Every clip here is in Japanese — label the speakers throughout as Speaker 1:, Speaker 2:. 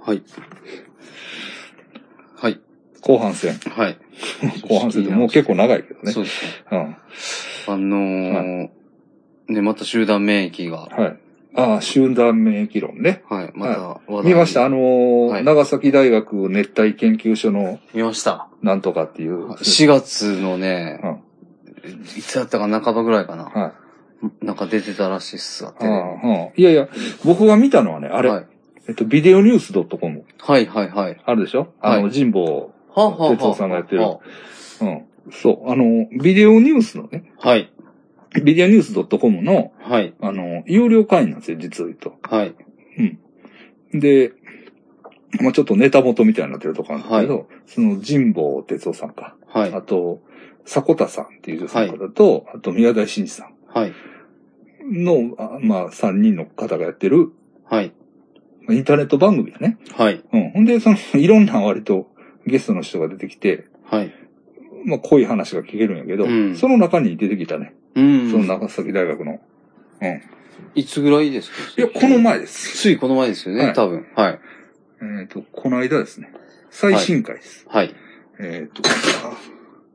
Speaker 1: はい。はい。
Speaker 2: 後半戦。
Speaker 1: はい。
Speaker 2: 後半戦ってもう結構長いけどね。
Speaker 1: そうですね。
Speaker 2: うん。
Speaker 1: あのーね、また集団免疫が、
Speaker 2: はい。ああ、集団免疫論ね。
Speaker 1: はい、また話題に
Speaker 2: 見ました。あのー
Speaker 1: はい
Speaker 2: 長崎大学熱帯研究所の
Speaker 1: 見ました。
Speaker 2: なんとかっていう。
Speaker 1: 4月のね
Speaker 2: う、
Speaker 1: いつだったか半ばぐらいかな。
Speaker 2: はい。
Speaker 1: なんか出てたらしいっすわ、
Speaker 2: あ
Speaker 1: テレビ
Speaker 2: あうんいやいや、僕が見たのはね、あれ、
Speaker 1: はい
Speaker 2: えっと、ビデオニュース .com
Speaker 1: はいはいはい。
Speaker 2: あるでしょ
Speaker 1: は
Speaker 2: あ
Speaker 1: い
Speaker 2: の、神保、
Speaker 1: はあはあはあ
Speaker 2: 哲夫さんがやってる
Speaker 1: は
Speaker 2: うん。そう、あの、ビデオニュースのね、
Speaker 1: あはい。
Speaker 2: ビデオニュース .com の、
Speaker 1: はい。
Speaker 2: あの、有料会員なんですよ、実を言うと。
Speaker 1: はい。
Speaker 2: で、まあちょっとネタ元みたいになってるとこあるんだけど、その神保哲夫さんか、
Speaker 1: はい。
Speaker 2: あと、迫田さんっていう女性の方と、あと宮台真司さん
Speaker 1: はい。
Speaker 2: の、あまあ、3人の方がやってる、
Speaker 1: はい。
Speaker 2: インターネット番組だね。
Speaker 1: はい。
Speaker 2: うん。ほんで、その、 いろんな割とゲストの人が出てきて、
Speaker 1: はい。
Speaker 2: まあ、濃い話が聞けるんやけど、
Speaker 1: うん
Speaker 2: その中に出てきたね。
Speaker 1: う
Speaker 2: その
Speaker 1: ん。
Speaker 2: 長崎大学の。うん。い
Speaker 1: いつぐらいですか
Speaker 2: や、この。前です。
Speaker 1: ついこの前ですよ
Speaker 2: は
Speaker 1: ね、
Speaker 2: い
Speaker 1: 多分。はい。
Speaker 2: えっ、と、この間ですね。最新回です。
Speaker 1: はい。
Speaker 2: えっ、と、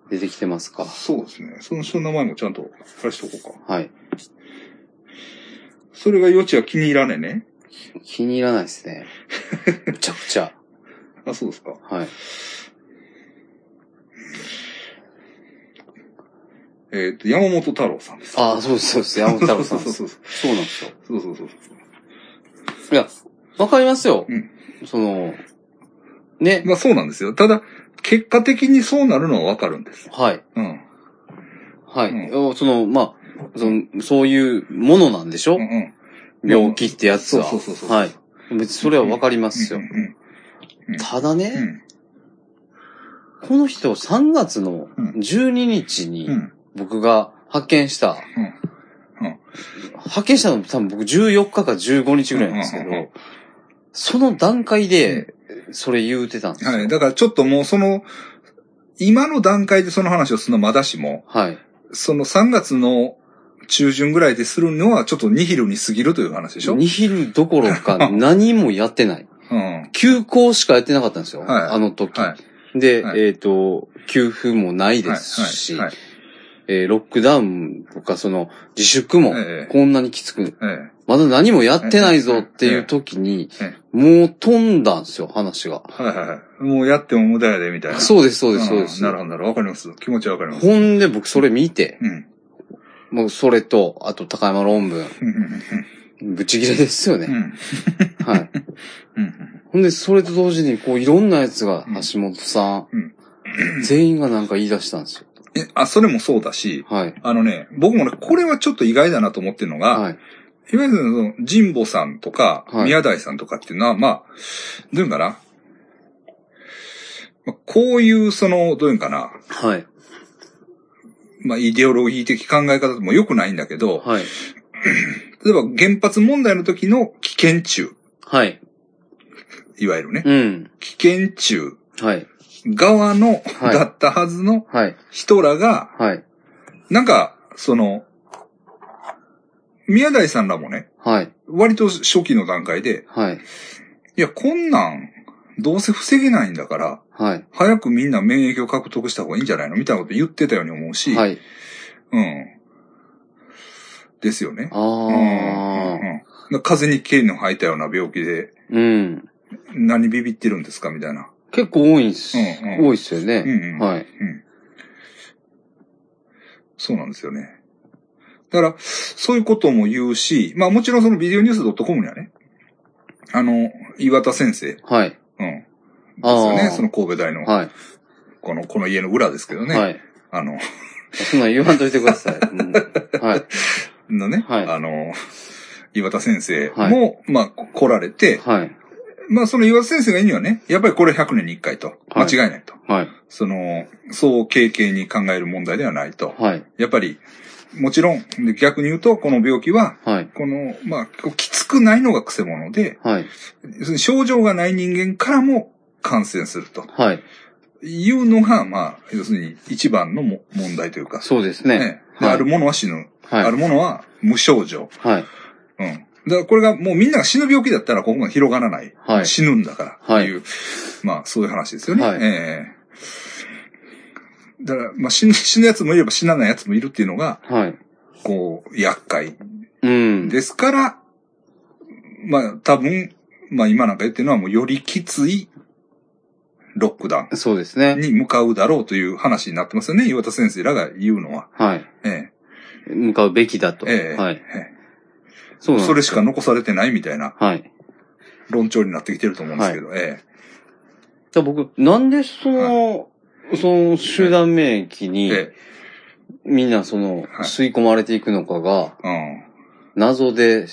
Speaker 1: 出てきてますか
Speaker 2: あ。そうですね。その人の名前もちゃんと出しておこうか。
Speaker 1: はい。
Speaker 2: それが余地は気に入らねえね。
Speaker 1: 気に入らないですね。むちゃくちゃ。
Speaker 2: あ、そうですか。
Speaker 1: はい。
Speaker 2: えっ、と、山本太郎さんです。
Speaker 1: ああ、そうです、そうです。山本太郎さんで
Speaker 2: そう
Speaker 1: す。
Speaker 2: そ
Speaker 1: そ
Speaker 2: うそう
Speaker 1: うなんですよ。
Speaker 2: そう。そうそうそうそう。
Speaker 1: いや、わかりますよ。
Speaker 2: うん
Speaker 1: その、ね。
Speaker 2: まあそうなんですよ。ただ、結果的にそうなるのはわかるんです。
Speaker 1: はい。
Speaker 2: うん。
Speaker 1: はい。
Speaker 2: う
Speaker 1: その、まあ、その、そういうものなんでしょ、
Speaker 2: うんうん。
Speaker 1: 病気ってやつは。
Speaker 2: そうそうそうそう
Speaker 1: はい。別にそれはわかりますよ。
Speaker 2: うんうんうん
Speaker 1: ただ
Speaker 2: う
Speaker 1: ね、
Speaker 2: ん。
Speaker 1: この人3月の
Speaker 2: うん
Speaker 1: 12日に
Speaker 2: うん。
Speaker 1: 僕が発見した、
Speaker 2: うんうん
Speaker 1: 発見したの多分僕14日か15日ぐらいなんですけど、
Speaker 2: うんうんうん
Speaker 1: その段階でそれ言うてたんですよ。
Speaker 2: はい。だからちょっともうその、今の段階でその話をするのはまだしも、
Speaker 1: はい。
Speaker 2: その3月の中旬ぐらいでするのはちょっとニヒルに過ぎるという話でしょ
Speaker 1: ニヒルどころ か何もやってない。
Speaker 2: うん。はい。
Speaker 1: 休校しかやってなかったんですよ。
Speaker 2: はい
Speaker 1: あの時。
Speaker 2: は
Speaker 1: で、
Speaker 2: はい
Speaker 1: えっ、と、給付もない
Speaker 2: い。は
Speaker 1: で
Speaker 2: い。
Speaker 1: すし、
Speaker 2: はい。
Speaker 1: えーロックダウンとかその自粛も
Speaker 2: ええ
Speaker 1: こんなにきつく、
Speaker 2: え
Speaker 1: まだ何もやってないぞっていう時に
Speaker 2: え、
Speaker 1: もう飛んだんですよ、話が。
Speaker 2: えはいはいはい。もうやっても無駄やで、みたいな。
Speaker 1: そうです、そうです、
Speaker 2: ん
Speaker 1: そうです。
Speaker 2: なるほど、なるほど。わかります。気持ちはわかります。
Speaker 1: ほんで僕それ見て、
Speaker 2: うん。
Speaker 1: もうそれと、あと高山論文、
Speaker 2: うん。うん
Speaker 1: ぶち切れですよ
Speaker 2: うん。う
Speaker 1: ね。
Speaker 2: ん
Speaker 1: はい。
Speaker 2: うん。
Speaker 1: ほんでそれと同時に、こういろんなやつが、橋本さ
Speaker 2: うん
Speaker 1: ん、全員がなんか言い出したんですよ。
Speaker 2: え、あ、それもそうだし、
Speaker 1: はい。
Speaker 2: あのね、僕もね、これはちょっと意外だなと思ってるのが、
Speaker 1: はい。
Speaker 2: いわゆるその、神保さんとか、
Speaker 1: はい
Speaker 2: 宮台さんとかっていうのは、まあ、どういうんかな。まあ、こういう、その、どういうんかな。
Speaker 1: はい。
Speaker 2: まあ、イデオロギー的考え方も良くないんだけど、
Speaker 1: はい。
Speaker 2: 例えば原発問題の時の危険中、
Speaker 1: はい。
Speaker 2: いわゆるね、
Speaker 1: うん。
Speaker 2: 危険中
Speaker 1: はい。
Speaker 2: 側の、
Speaker 1: はい
Speaker 2: だったはずの
Speaker 1: はい。
Speaker 2: 人らが、
Speaker 1: はい。
Speaker 2: なんか、その、宮台さんらもね、
Speaker 1: はい。
Speaker 2: 割と初期の段階で、
Speaker 1: はい。
Speaker 2: いや、こんなん、どうせ防げないんだから、
Speaker 1: はい。
Speaker 2: 早くみんな免疫を獲得した方がいいんじゃないのみたいなこと言ってたように思うし、
Speaker 1: はい。
Speaker 2: うん。ですよね。
Speaker 1: あ
Speaker 2: うんうん
Speaker 1: あ。
Speaker 2: うん風邪に毛の生えたような病気で、
Speaker 1: うん。
Speaker 2: 何ビビってるんですかみたいな。
Speaker 1: 結構多いんす。
Speaker 2: うんうん
Speaker 1: 多いっすよ
Speaker 2: うん
Speaker 1: ね。
Speaker 2: うん
Speaker 1: はい。
Speaker 2: そうなんですよね。だから、そういうことも言うし、まあもちろんそのビデオニュース .com にはね、あの、岩田先生、
Speaker 1: はい。
Speaker 2: うん。です
Speaker 1: ああ
Speaker 2: よね。その神戸大の、
Speaker 1: はい。
Speaker 2: この、この家の裏ですけどね。
Speaker 1: はい。
Speaker 2: あの、
Speaker 1: そんなん言わんといてください。うんはい。
Speaker 2: のね、
Speaker 1: はい
Speaker 2: あの、岩田先生も、
Speaker 1: は
Speaker 2: まあ来られて、
Speaker 1: はい。
Speaker 2: まあその岩田先生が言うにはね、やっぱりこれ100年に1回と、間
Speaker 1: はい
Speaker 2: 違いないと。
Speaker 1: はい。
Speaker 2: その、そう軽々に考える問題ではないと。
Speaker 1: はい。
Speaker 2: やっぱり、もちろん、で逆に言うと、この病気は、
Speaker 1: はい。
Speaker 2: この、まあ、こうきつくないのが癖者で、
Speaker 1: はい。
Speaker 2: 要するに症状がない人間からも感染すると
Speaker 1: はい。
Speaker 2: いうのが、まあ、要するに一番のも問題というか、
Speaker 1: そうですね。
Speaker 2: で
Speaker 1: はい
Speaker 2: あるものは死ぬ、
Speaker 1: はい
Speaker 2: あるものは無症状、
Speaker 1: はい。
Speaker 2: うん。だからこれがもうみんなが死ぬ病気だったらここが広がらない。
Speaker 1: はい
Speaker 2: 死ぬんだからっていう、まあそういう話ですよね。
Speaker 1: はい
Speaker 2: ええだから、まあ死ぬ、死ぬやつもいれば死なないやつもいるっていうのが、
Speaker 1: はい。
Speaker 2: こう、厄介
Speaker 1: うん。
Speaker 2: ですから、まあ多分、まあ今なんか言ってるのはもうよりきついロックダ
Speaker 1: そうです
Speaker 2: ウン
Speaker 1: ね。
Speaker 2: に向かうだろうという話になってますよね。岩田先生らが言うのは。
Speaker 1: はい。
Speaker 2: え
Speaker 1: 向かうべきだと。
Speaker 2: ええ
Speaker 1: はい。
Speaker 2: え
Speaker 1: そう
Speaker 2: え
Speaker 1: なん
Speaker 2: そ
Speaker 1: で
Speaker 2: れ
Speaker 1: す
Speaker 2: し
Speaker 1: よ
Speaker 2: か残されてないみたいな
Speaker 1: はい。
Speaker 2: 論調になってきてると思うんですけど、え
Speaker 1: じゃあ僕、なんでその、その集団免疫
Speaker 2: え
Speaker 1: に、
Speaker 2: え
Speaker 1: みんなその、
Speaker 2: はい
Speaker 1: 吸い込まれていくのかが、
Speaker 2: え
Speaker 1: 謎で、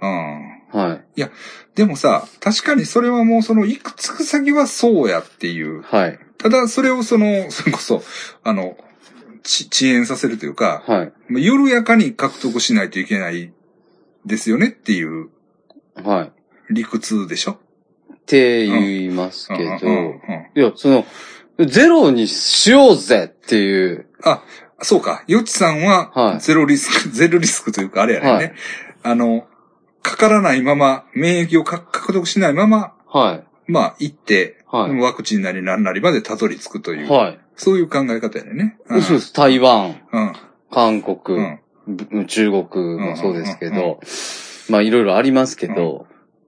Speaker 2: うん。うん。
Speaker 1: はい。
Speaker 2: でもさ、確かにそれはもうそのいくつか先はそうやっていう。
Speaker 1: はい。
Speaker 2: ただそれをその、それこそ、あの、ち遅延させるというか、
Speaker 1: はい。
Speaker 2: まあ緩やかに獲得しないといけないですよねっていう
Speaker 1: はい。
Speaker 2: 理屈でしょ
Speaker 1: って言いますけ
Speaker 2: うんうんうん
Speaker 1: ど、いや、その、ゼロにしようぜっていう、
Speaker 2: あ、そうか。よちさん
Speaker 1: は
Speaker 2: はいゼロリスク、 ゼロリスクというかあれやねんね。
Speaker 1: はい
Speaker 2: あの、かからないまま、免疫をか獲得しないまま、
Speaker 1: は
Speaker 2: まあ行って、
Speaker 1: はい
Speaker 2: ワクチンなりなんなりまでたどり着くと
Speaker 1: い。
Speaker 2: いう、
Speaker 1: はい。
Speaker 2: そういう考え方やねんね。うん
Speaker 1: そうです。台湾、
Speaker 2: うん。
Speaker 1: 韓
Speaker 2: う
Speaker 1: 国、
Speaker 2: ん。
Speaker 1: ぶ中国もそうですけ
Speaker 2: うんうん
Speaker 1: ど、まあいろいろありますけど、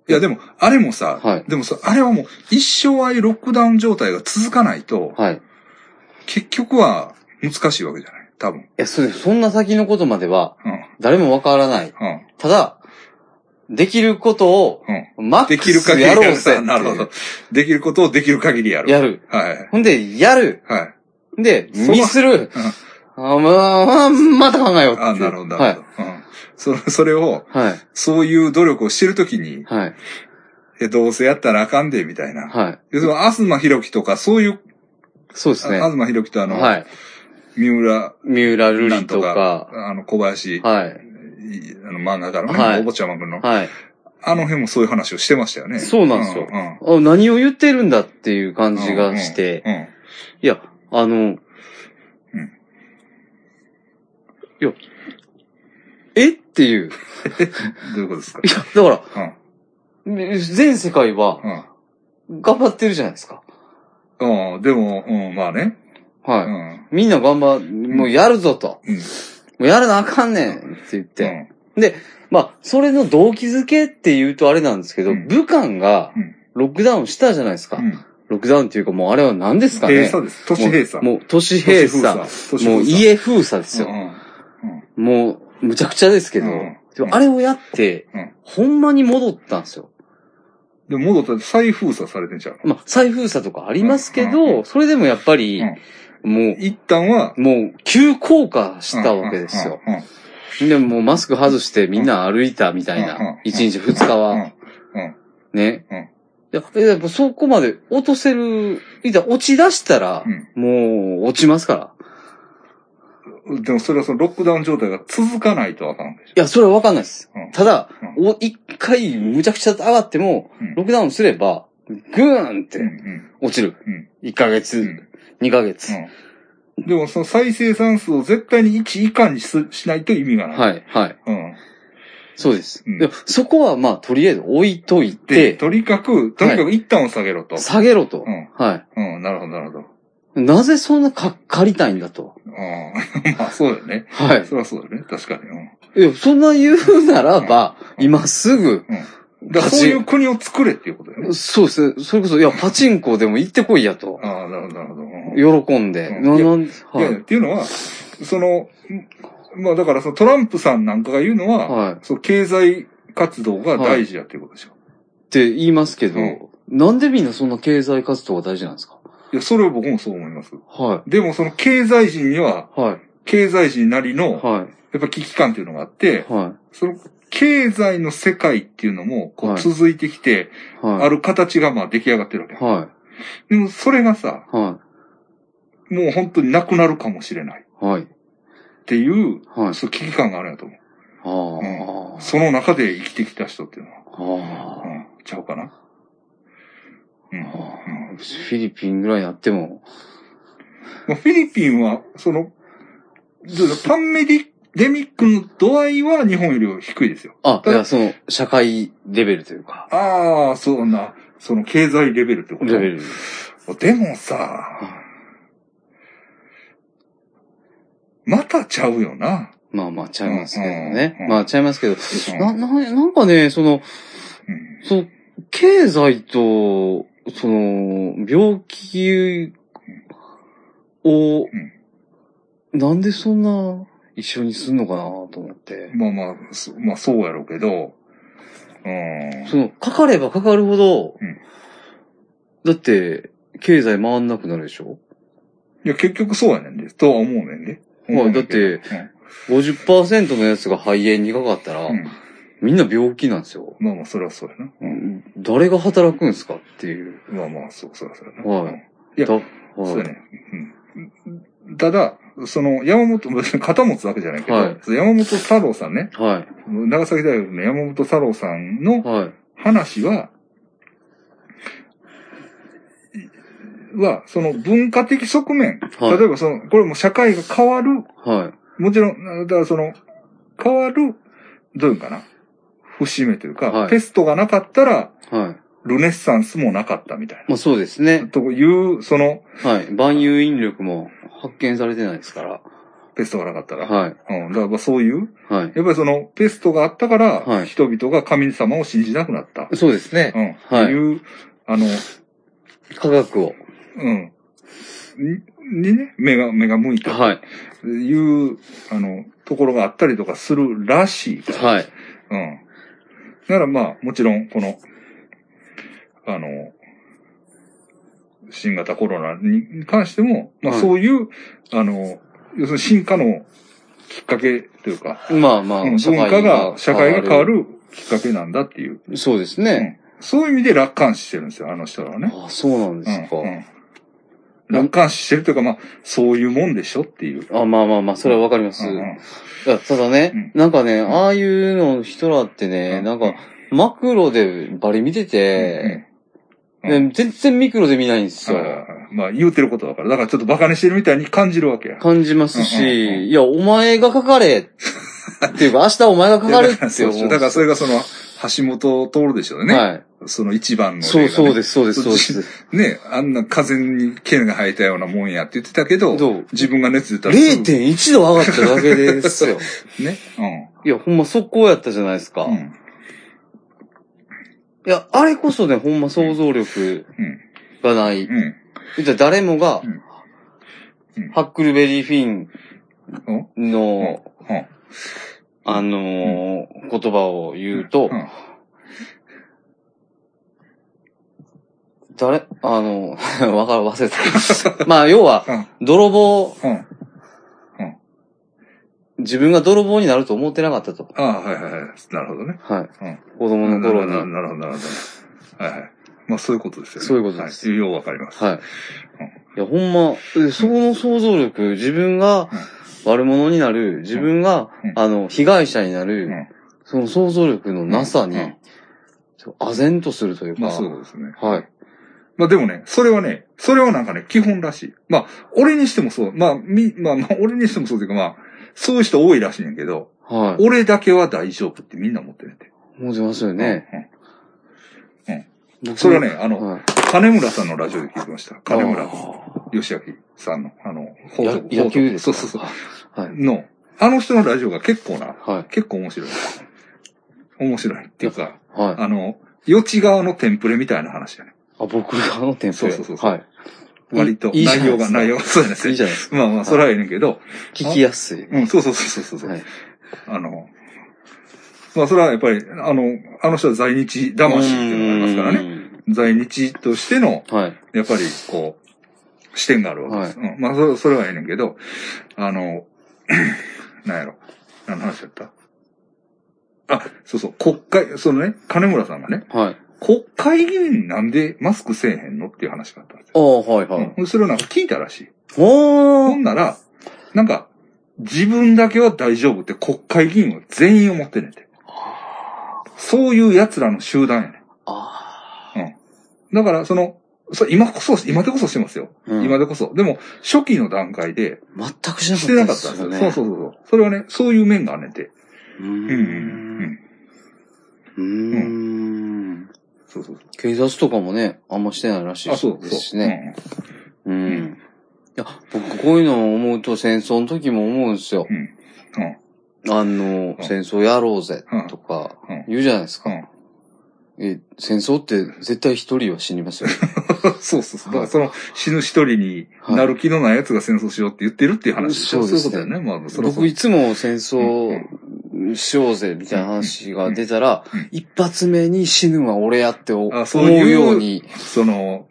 Speaker 2: いや、でも、あれもさ、
Speaker 1: はい
Speaker 2: でもさ、あれはもう、一生ああいうロックダウン状態が続かないと、
Speaker 1: はい。い
Speaker 2: 結局は難しいわけじゃない多分。
Speaker 1: や、それそんな先のことまでは
Speaker 2: うん。
Speaker 1: 誰もわからない。
Speaker 2: うん。
Speaker 1: ただ、できることを
Speaker 2: うん。
Speaker 1: マッ
Speaker 2: で
Speaker 1: ク
Speaker 2: きる
Speaker 1: ス
Speaker 2: 限り
Speaker 1: や
Speaker 2: や
Speaker 1: ろう
Speaker 2: る
Speaker 1: ぜっていう。
Speaker 2: なるほど。できることをできる限りやる。
Speaker 1: やる。
Speaker 2: はい。
Speaker 1: ほんで、やる。
Speaker 2: はい。
Speaker 1: で、
Speaker 2: そこ
Speaker 1: ミスる。あまあ、まあ、また考えようっていう。
Speaker 2: あ、なるほど、な
Speaker 1: は
Speaker 2: る
Speaker 1: い
Speaker 2: ほ。ど。うん。それ、それを、
Speaker 1: はい。
Speaker 2: そういう努力をしてるときに、
Speaker 1: はい。
Speaker 2: え、どうせやったらあかんで、みたいな。
Speaker 1: はい。
Speaker 2: 要するに、東博樹とか、そういう、
Speaker 1: そうですね。
Speaker 2: あ東博樹とあの、
Speaker 1: はい。
Speaker 2: 三浦、
Speaker 1: 三浦瑠
Speaker 2: な
Speaker 1: 璃
Speaker 2: ん
Speaker 1: と
Speaker 2: と
Speaker 1: か。
Speaker 2: か、あの、小林、
Speaker 1: はい。
Speaker 2: いあの、漫画家のね、
Speaker 1: はい
Speaker 2: お坊ちゃま君の、
Speaker 1: はい。
Speaker 2: あの辺もそういう話をしてましたよね。
Speaker 1: そうなんですよ
Speaker 2: うん
Speaker 1: あ何を言ってるんだっていう感
Speaker 2: うん
Speaker 1: じがして。
Speaker 2: うんうん
Speaker 1: いや、あの、いや、えっていう。
Speaker 2: どういうことですか
Speaker 1: いや、だから、
Speaker 2: うん。
Speaker 1: 全世界は頑張ってるじゃないですか。
Speaker 2: うん。うん。でも、うん、まあね。う
Speaker 1: はい。
Speaker 2: ん。
Speaker 1: みんな頑張、もうやるぞと。
Speaker 2: うん。
Speaker 1: もうやらなあかんねんって言っ
Speaker 2: う
Speaker 1: て。
Speaker 2: ん。
Speaker 1: で、まあ、それの動機づけって言うとあれなんですけど、
Speaker 2: うん
Speaker 1: 武漢が
Speaker 2: うん
Speaker 1: ロックダウンしたじゃないですか。
Speaker 2: うん
Speaker 1: ロックダウンっていうかもうあれは何ですかね。
Speaker 2: 閉鎖です。都市閉鎖。
Speaker 1: もう、もう都市閉鎖。
Speaker 2: 都市封鎖。都市封鎖
Speaker 1: もう家封鎖ですよ。もう、むちゃくちゃですけど。
Speaker 2: うん
Speaker 1: でもあれをやって、
Speaker 2: うん
Speaker 1: ほんまに戻ったんですよ。
Speaker 2: でも戻ったら再封鎖されてんちゃうの
Speaker 1: まあ、再封鎖とかありますけど、
Speaker 2: うんうんうん
Speaker 1: それでもやっぱり、も
Speaker 2: 一旦は、
Speaker 1: う、もう、急降下したわけですよ。
Speaker 2: うん。うん
Speaker 1: で、もうマスク外してみんな歩いたみたい
Speaker 2: うんうんうん
Speaker 1: な。一日二日
Speaker 2: うん
Speaker 1: は。ね
Speaker 2: うん。
Speaker 1: いやえやっぱそこまで落とせる、いや落ち出したら、もう落ちますから。
Speaker 2: うんでもそれはそのロックダウン状態が続かないとあかんでし
Speaker 1: いや、それはわかんないです
Speaker 2: うん。
Speaker 1: ただ、お一回むちゃくちゃ上がっても
Speaker 2: うん、
Speaker 1: ロックダウンすれば、ぐーんっ
Speaker 2: ょ。うん
Speaker 1: て落ちる
Speaker 2: うん。
Speaker 1: 一ヶ
Speaker 2: うん。う
Speaker 1: 月、
Speaker 2: ん
Speaker 1: 二ヶ月。
Speaker 2: うんでもその再生産数を絶対に1以下にすしないと意味がない。い。
Speaker 1: はい、はい。
Speaker 2: うん。
Speaker 1: そうです。
Speaker 2: うん
Speaker 1: いやそこはまあ、とりあえず置いといて、
Speaker 2: で、とにかく、とにかく一旦を下げろと。
Speaker 1: 下げろと
Speaker 2: う。ん。
Speaker 1: は
Speaker 2: うん、なるほど、なるほど。
Speaker 1: い。なぜそんなか、借りたいんだと。
Speaker 2: うん。 まあ、そうだよね。
Speaker 1: はい。
Speaker 2: そりゃそうだよね。確かに。うん。
Speaker 1: いや、そんな言うならば、今すぐ、
Speaker 2: だから
Speaker 1: 立ち
Speaker 2: そういう国を作れっていうことだよね。
Speaker 1: そうですね。それこそ、いや、パチンコでも行ってこいやと。
Speaker 2: ああ、なるほど、なるほど。うん
Speaker 1: 喜んで。
Speaker 2: うん
Speaker 1: ななん
Speaker 2: いやい
Speaker 1: は
Speaker 2: や、っていうのは、その、んまあだからそのトランプさんなんかが言うの
Speaker 1: い。
Speaker 2: は、
Speaker 1: はい。っ
Speaker 2: そう経済活動が大事やっていうことでしょ。
Speaker 1: て言いますけど、
Speaker 2: うん
Speaker 1: なんでみんなそんな経済活動が大事なんですか
Speaker 2: い、や、それは僕もそう思います。
Speaker 1: は。
Speaker 2: でもその経済人にはい
Speaker 1: はい。
Speaker 2: 経済人なりの、
Speaker 1: は
Speaker 2: やっぱ危機感っていうのがあって
Speaker 1: い。、は
Speaker 2: その経済の世界っていうのもこ
Speaker 1: は
Speaker 2: う
Speaker 1: い
Speaker 2: 続いてきて、
Speaker 1: い。はい。
Speaker 2: ある形がまあ出来上がってるわけ。
Speaker 1: は
Speaker 2: でもそれがさ、
Speaker 1: い。は
Speaker 2: もう本当になくなるかもしれな
Speaker 1: い。
Speaker 2: い
Speaker 1: はい。
Speaker 2: っていう、
Speaker 1: はい。
Speaker 2: そう危機感があるんやと思う。
Speaker 1: ああ、
Speaker 2: その中で生きてきた人っていうの
Speaker 1: あ
Speaker 2: は、うん、ちゃうかな。うん
Speaker 1: あ。ああフィリピンぐらいになっても、
Speaker 2: まあ、フィリピンは、その、ずパンメディデミックの度合いは日本よりは低いですよ。
Speaker 1: あ、
Speaker 2: た
Speaker 1: い
Speaker 2: だ
Speaker 1: や、その、社会レベルというか、
Speaker 2: ああ、そんな、その経済レベルってこと
Speaker 1: レベル。
Speaker 2: でもさ、またちゃうよな。
Speaker 1: まあまあ、ちゃいますけどね。
Speaker 2: うんうん
Speaker 1: まあ、ちゃいますけど、
Speaker 2: うん
Speaker 1: な、な、なんかね、その、
Speaker 2: うん
Speaker 1: その、経済と、その、病気を、
Speaker 2: ん
Speaker 1: なんでそんな一緒にすんのかなと思って。
Speaker 2: まあまあ、そまあそうやろうけど、うん。
Speaker 1: その、かかればかかるほど、
Speaker 2: うん
Speaker 1: だって、経済回んなくなるでしょ
Speaker 2: いや、結局そうやねんで、とは思うねんで。
Speaker 1: まあだって、?50% のやつが肺炎にかかったら、
Speaker 2: うん。うん
Speaker 1: みんな病気なんですよ。
Speaker 2: まあまあ、それはそうやな。
Speaker 1: 誰が働くんですかっていう。
Speaker 2: まあまあ、そう、それはそうやな。
Speaker 1: はい
Speaker 2: うん。いや
Speaker 1: だはい
Speaker 2: そうやね。うん。ただ、その、山本、 別に肩持つわけじゃないけど、
Speaker 1: はい
Speaker 2: その山本太郎さんね、
Speaker 1: は
Speaker 2: 長崎大学の山本太郎さんの
Speaker 1: い。はい。
Speaker 2: 話は、は、その文化的側面。
Speaker 1: はい
Speaker 2: 例えばその、これも社会が変わる、
Speaker 1: はい。
Speaker 2: もちろん、だからその、変わる、どういうんかな。節目というか、
Speaker 1: はい
Speaker 2: ペストがなかったら、
Speaker 1: はい。
Speaker 2: ルネッサンスもなかったみたい
Speaker 1: まあそうです
Speaker 2: な。
Speaker 1: ね。
Speaker 2: という、その、
Speaker 1: はい。万有引力も発見されてないですから。
Speaker 2: ペストがなかったら。
Speaker 1: はい。
Speaker 2: うん。だからまあそういう、
Speaker 1: はい。
Speaker 2: やっぱりその、ペストがあったから、
Speaker 1: はい
Speaker 2: 人々が神様を信じなくなった。
Speaker 1: そうですね。
Speaker 2: うん。
Speaker 1: はい
Speaker 2: という、あの、
Speaker 1: 科学を。
Speaker 2: うん。に、にね、目が、目が向いた。
Speaker 1: はい。
Speaker 2: いう、あの、ところがあったりとかするらしいから。
Speaker 1: はい。
Speaker 2: うん。ならまあ、もちろん、この、あの、新型コロナに関しても、まあ
Speaker 1: はい
Speaker 2: そういう、あの、要するに進化のきっかけというか、
Speaker 1: まあまあ、
Speaker 2: うん文化が、社会が変わ。るきっかけなんだっていう、
Speaker 1: そうですね。
Speaker 2: うんそういう意味で楽観視してるんですよ、あの人らはね。
Speaker 1: ああそうなんですか。
Speaker 2: うんうん楽観視してるというか、まあ、そういうもんでしょっていう。
Speaker 1: あまあまあまあ、それはわかります。
Speaker 2: うんうん
Speaker 1: いやただね、なんかね、ああいうの人らってね、なんか、マクロでバリ見てて、
Speaker 2: うん
Speaker 1: ね全然ミクロで見ないんですよ。
Speaker 2: あーまあ、言うてることだから。だからちょっとバカにしてるみたいに感じるわけや。
Speaker 1: 感じます
Speaker 2: うんうんうん
Speaker 1: し、いや、お前がかか れっていうか、明日お前がかかる
Speaker 2: いやだら
Speaker 1: って
Speaker 2: そう
Speaker 1: 思う
Speaker 2: そ
Speaker 1: ん
Speaker 2: うだか
Speaker 1: で
Speaker 2: ら
Speaker 1: す
Speaker 2: そ
Speaker 1: よ。
Speaker 2: れがその、橋本通るでしょうね。
Speaker 1: はい。
Speaker 2: その一番の、。
Speaker 1: そうそうですす、そうです、そう です。
Speaker 2: ね、あんな風に毛が生えたようなもんやって言ってたけど、
Speaker 1: どう
Speaker 2: 自分が熱出たらすぐ
Speaker 1: 0.1度上がっただけです よ。
Speaker 2: ね。
Speaker 1: いや、ほんま速攻やったじゃないですか。
Speaker 2: うん。う
Speaker 1: い
Speaker 2: ん。
Speaker 1: や、あれこそね、ほんま想像力
Speaker 2: うん。
Speaker 1: がない。
Speaker 2: うん。
Speaker 1: じゃあ誰もが
Speaker 2: うんうん、
Speaker 1: ハックルベリーフィン
Speaker 2: うん。
Speaker 1: の、
Speaker 2: うん
Speaker 1: あのー言葉を言うと
Speaker 2: う、ん
Speaker 1: 誰、あの、 わかる、忘れた。 まあ、要は、
Speaker 2: うん。
Speaker 1: 泥棒、
Speaker 2: うん。
Speaker 1: 自分が泥棒になると思ってなかったと。
Speaker 2: ああ、はいはいはい。なるほどね。
Speaker 1: はい。
Speaker 2: うん。
Speaker 1: 子供の頃に。
Speaker 2: ななるほど、なるほど。はいはい。まあそういうことですよね。
Speaker 1: そういうことです
Speaker 2: はいようわかります。
Speaker 1: はい。いや、ほんま、えその想像力、自分が悪者になる、自分が
Speaker 2: うん、
Speaker 1: あの、被害者にな
Speaker 2: う
Speaker 1: る
Speaker 2: ん、
Speaker 1: その想像力のなさに
Speaker 2: うんうん、
Speaker 1: 唖然とするというか。
Speaker 2: まあそうですね。
Speaker 1: はい。
Speaker 2: まあでもね、それはね、それはなんかね、基本らしい。まあ、俺にしてもそう。まあ、み、まあ、まあ、俺にしてもそうというか、まあ、そういう人多いらしいねんけど、
Speaker 1: はい。
Speaker 2: 俺だけは大丈夫ってみんな思ってるって。
Speaker 1: 思ってますよね。
Speaker 2: うん。それはね、あ
Speaker 1: 僕も、
Speaker 2: の、
Speaker 1: はい
Speaker 2: 金村さんのラジオで聞きました。金村
Speaker 1: あ
Speaker 2: 義明さんの、あの、報
Speaker 1: ー
Speaker 2: 徳
Speaker 1: や野球です
Speaker 2: そ
Speaker 1: か
Speaker 2: うそうそう。
Speaker 1: はい。
Speaker 2: の、あの人のラジオが結構な、
Speaker 1: はい。
Speaker 2: 結構面白い。面白いっていうか、
Speaker 1: はい。
Speaker 2: あの、余地側のテンプレみたいな話やね。
Speaker 1: あ、僕がのテンプレ
Speaker 2: そうそうそうそう
Speaker 1: はい。
Speaker 2: 割と、
Speaker 1: いいいじゃ
Speaker 2: 内
Speaker 1: ないで
Speaker 2: 容が、
Speaker 1: すか
Speaker 2: 内容が、そうやね。
Speaker 1: いいじゃないですか。
Speaker 2: まあまあ、それはいいねんけど、
Speaker 1: 聞きやすい。
Speaker 2: うん、そうそうそうそうそう。
Speaker 1: はい。
Speaker 2: あの、まあそれはやっぱり、あの、あの人は在日魂っていうのがありますからね。
Speaker 1: ね。
Speaker 2: 在日としての、
Speaker 1: はい。
Speaker 2: やっぱりこう、視点があるわけです。うん、まあそれ、それはええねんけど、あの、 なんやろ。何の話だったあ、そうそう、国会、そのね、金村さんがね、
Speaker 1: はい。
Speaker 2: 国会議員なんでマスクせえへんのっていう話があったんです
Speaker 1: あ
Speaker 2: よ。
Speaker 1: あ、はいはい。
Speaker 2: うん、それをなんか聞いたらしい。
Speaker 1: お
Speaker 2: ほ
Speaker 1: ー
Speaker 2: んなら、なんか、自分だけは大丈夫って国会議員は全員思ってんねんて。そういう奴らの集団やね
Speaker 1: あ
Speaker 2: ん。うん。だから、その、それ今こそ、今でこそしてますよ。
Speaker 1: うん
Speaker 2: 今でこそ。でも、初期の段階で、
Speaker 1: 全く
Speaker 2: し
Speaker 1: してて
Speaker 2: な
Speaker 1: な
Speaker 2: か
Speaker 1: か
Speaker 2: っ
Speaker 1: った
Speaker 2: たん
Speaker 1: で
Speaker 2: です
Speaker 1: すよね。
Speaker 2: よ。そうそうそうそう。それはね、そういう面があんねんて。
Speaker 1: う
Speaker 2: うん
Speaker 1: ん。う
Speaker 2: う
Speaker 1: ん
Speaker 2: うんん。
Speaker 1: うん。
Speaker 2: そうそうそ
Speaker 1: 警察とかもね、あんましてないらし
Speaker 2: う。あ、
Speaker 1: い
Speaker 2: そう
Speaker 1: です
Speaker 2: そう。
Speaker 1: しね。う
Speaker 2: うん
Speaker 1: ん。いや、僕こういうのを思うと戦争の時も思うんですよ。
Speaker 2: うん。うん。
Speaker 1: あの、戦争やろうぜとか
Speaker 2: うん
Speaker 1: 言うじゃないですか。
Speaker 2: うん。
Speaker 1: え、戦争って絶対一人は死にますよ。
Speaker 2: そうそうそう。だか
Speaker 1: は
Speaker 2: ら
Speaker 1: い
Speaker 2: その死ぬ一人になる気のない奴が戦争しようって言ってるっていう話でしょ
Speaker 1: そうですね
Speaker 2: そういうことだよね。まあ、そらそう
Speaker 1: 僕いつも戦争しようぜみたいな話が出たら
Speaker 2: うんうん、
Speaker 1: 一発目に死ぬは俺やって思
Speaker 2: あそういう
Speaker 1: うように、
Speaker 2: その、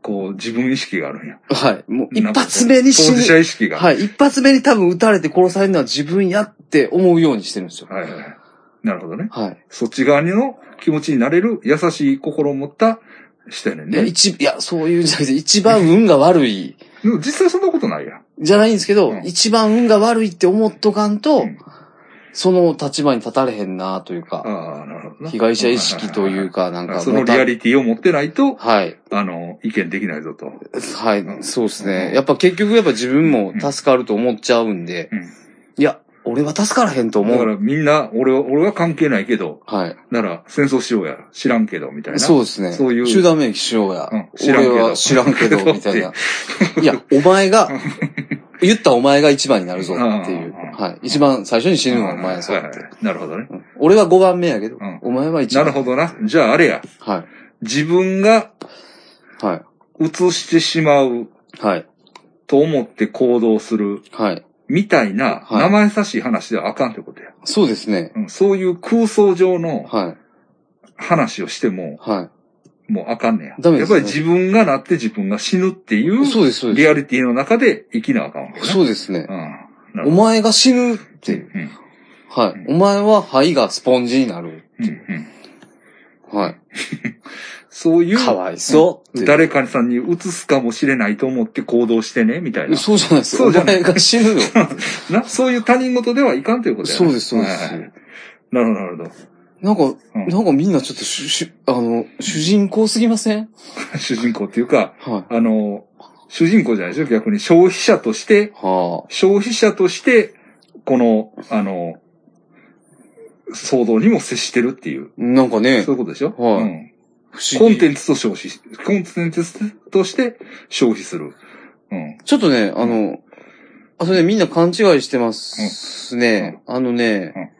Speaker 2: こう、自分意識があるんや。
Speaker 1: はい。もう一
Speaker 2: なんかこう
Speaker 1: 発目に死
Speaker 2: 当事
Speaker 1: ぬ
Speaker 2: 者意識が。い。
Speaker 1: はい。一発目に多分撃たれて殺されるのは自分やって思うようにしてるんですよ。
Speaker 2: はいはい。なるほどね。
Speaker 1: はい。
Speaker 2: そっち側の気持ちになれる優しい心を持った人やねん
Speaker 1: いや、
Speaker 2: ね。
Speaker 1: 一、いや、そういうんじゃなくて、一番運が悪い、
Speaker 2: でも実際そんなことないやん。
Speaker 1: じゃないんですけど、
Speaker 2: うん
Speaker 1: 一番運が悪いって思っとかんと、
Speaker 2: うん
Speaker 1: その立場に立たれへんなというか、
Speaker 2: ああ、なるほどな。
Speaker 1: 被害者意識というか、なんか、
Speaker 2: そのリアリティを持ってないと、
Speaker 1: はい。
Speaker 2: あの、意見できないぞと。
Speaker 1: は
Speaker 2: う
Speaker 1: い、
Speaker 2: ん
Speaker 1: そうです
Speaker 2: う
Speaker 1: ね
Speaker 2: ん。
Speaker 1: やっぱ結局やっぱ自分も
Speaker 2: うん
Speaker 1: 助かると思っちゃうんで、
Speaker 2: うん
Speaker 1: いや、俺は助からへんと思
Speaker 2: だか
Speaker 1: う。
Speaker 2: らみんな、俺は、俺は関係ないけど、
Speaker 1: はい。
Speaker 2: なら戦争しようや。知らんけど、みたいな。
Speaker 1: そうですね。
Speaker 2: そういう
Speaker 1: 集団免疫しようや。
Speaker 2: うん知らんけ
Speaker 1: 俺
Speaker 2: ど
Speaker 1: は知らんけ
Speaker 2: そう
Speaker 1: ど、みたいな。いや、お前が、 言ったお前が一番になるぞっていう。
Speaker 2: うん
Speaker 1: はい。一番最初に死ぬのはお前やぞ
Speaker 2: は
Speaker 1: っ
Speaker 2: いはい
Speaker 1: て。
Speaker 2: なるほどね。
Speaker 1: うん俺は5番目やけど
Speaker 2: うん、
Speaker 1: お前は一
Speaker 2: な
Speaker 1: 番。
Speaker 2: るほどな。じゃああれや。
Speaker 1: ど。は
Speaker 2: 自分が
Speaker 1: い。はい。
Speaker 2: 映してしまう
Speaker 1: はい。
Speaker 2: と思って行動する
Speaker 1: はい。
Speaker 2: みたいな、
Speaker 1: はい
Speaker 2: 生々しい話ではあかんってことや。
Speaker 1: そうですね。
Speaker 2: うんそういう空想上の
Speaker 1: はい。
Speaker 2: 話をしても、
Speaker 1: は
Speaker 2: もうあかんねや。
Speaker 1: ダメ
Speaker 2: や
Speaker 1: で
Speaker 2: っ
Speaker 1: す
Speaker 2: ぱ
Speaker 1: ね
Speaker 2: り自分がなって自分が死ぬってい
Speaker 1: い。
Speaker 2: う
Speaker 1: そうです、そう
Speaker 2: リ
Speaker 1: で
Speaker 2: アリティの中で生きなあかんわけね。
Speaker 1: す。そうですね
Speaker 2: う。ん。なるほど
Speaker 1: お前が死ぬっていう。
Speaker 2: うん
Speaker 1: は
Speaker 2: う
Speaker 1: い。お前は肺がスポンジになる。
Speaker 2: うんうん
Speaker 1: はい。
Speaker 2: そういう、
Speaker 1: かわいそうっていう。
Speaker 2: 誰かさんに移すかもしれないと思って行動してね、みたいな。
Speaker 1: そうじゃないです。
Speaker 2: そ
Speaker 1: お
Speaker 2: うじゃない
Speaker 1: 前が死 ぬよ。
Speaker 2: な、そういう他人事ではいかんということやな
Speaker 1: そうです、そうで
Speaker 2: はいはい
Speaker 1: す。
Speaker 2: なるほど、なるほど。
Speaker 1: なんか、
Speaker 2: うん
Speaker 1: なんかみんなちょっとしゅ、しゅ、あの、主人公すぎません
Speaker 2: 主人公っていうか、
Speaker 1: は
Speaker 2: あの、主人公じゃないでしょ逆に消費者として
Speaker 1: い。、は
Speaker 2: 消費者として、この、あの、騒動にも接してるっていう、
Speaker 1: あ。なんかね
Speaker 2: そ、ういうことでしょ、
Speaker 1: はい
Speaker 2: うん
Speaker 1: 不思
Speaker 2: コ
Speaker 1: 議
Speaker 2: ンテンツと消費し、コンテンツとして消費する。うん。
Speaker 1: ちょっとね、あの、あ、それねみんな勘違いしてますね。あのね、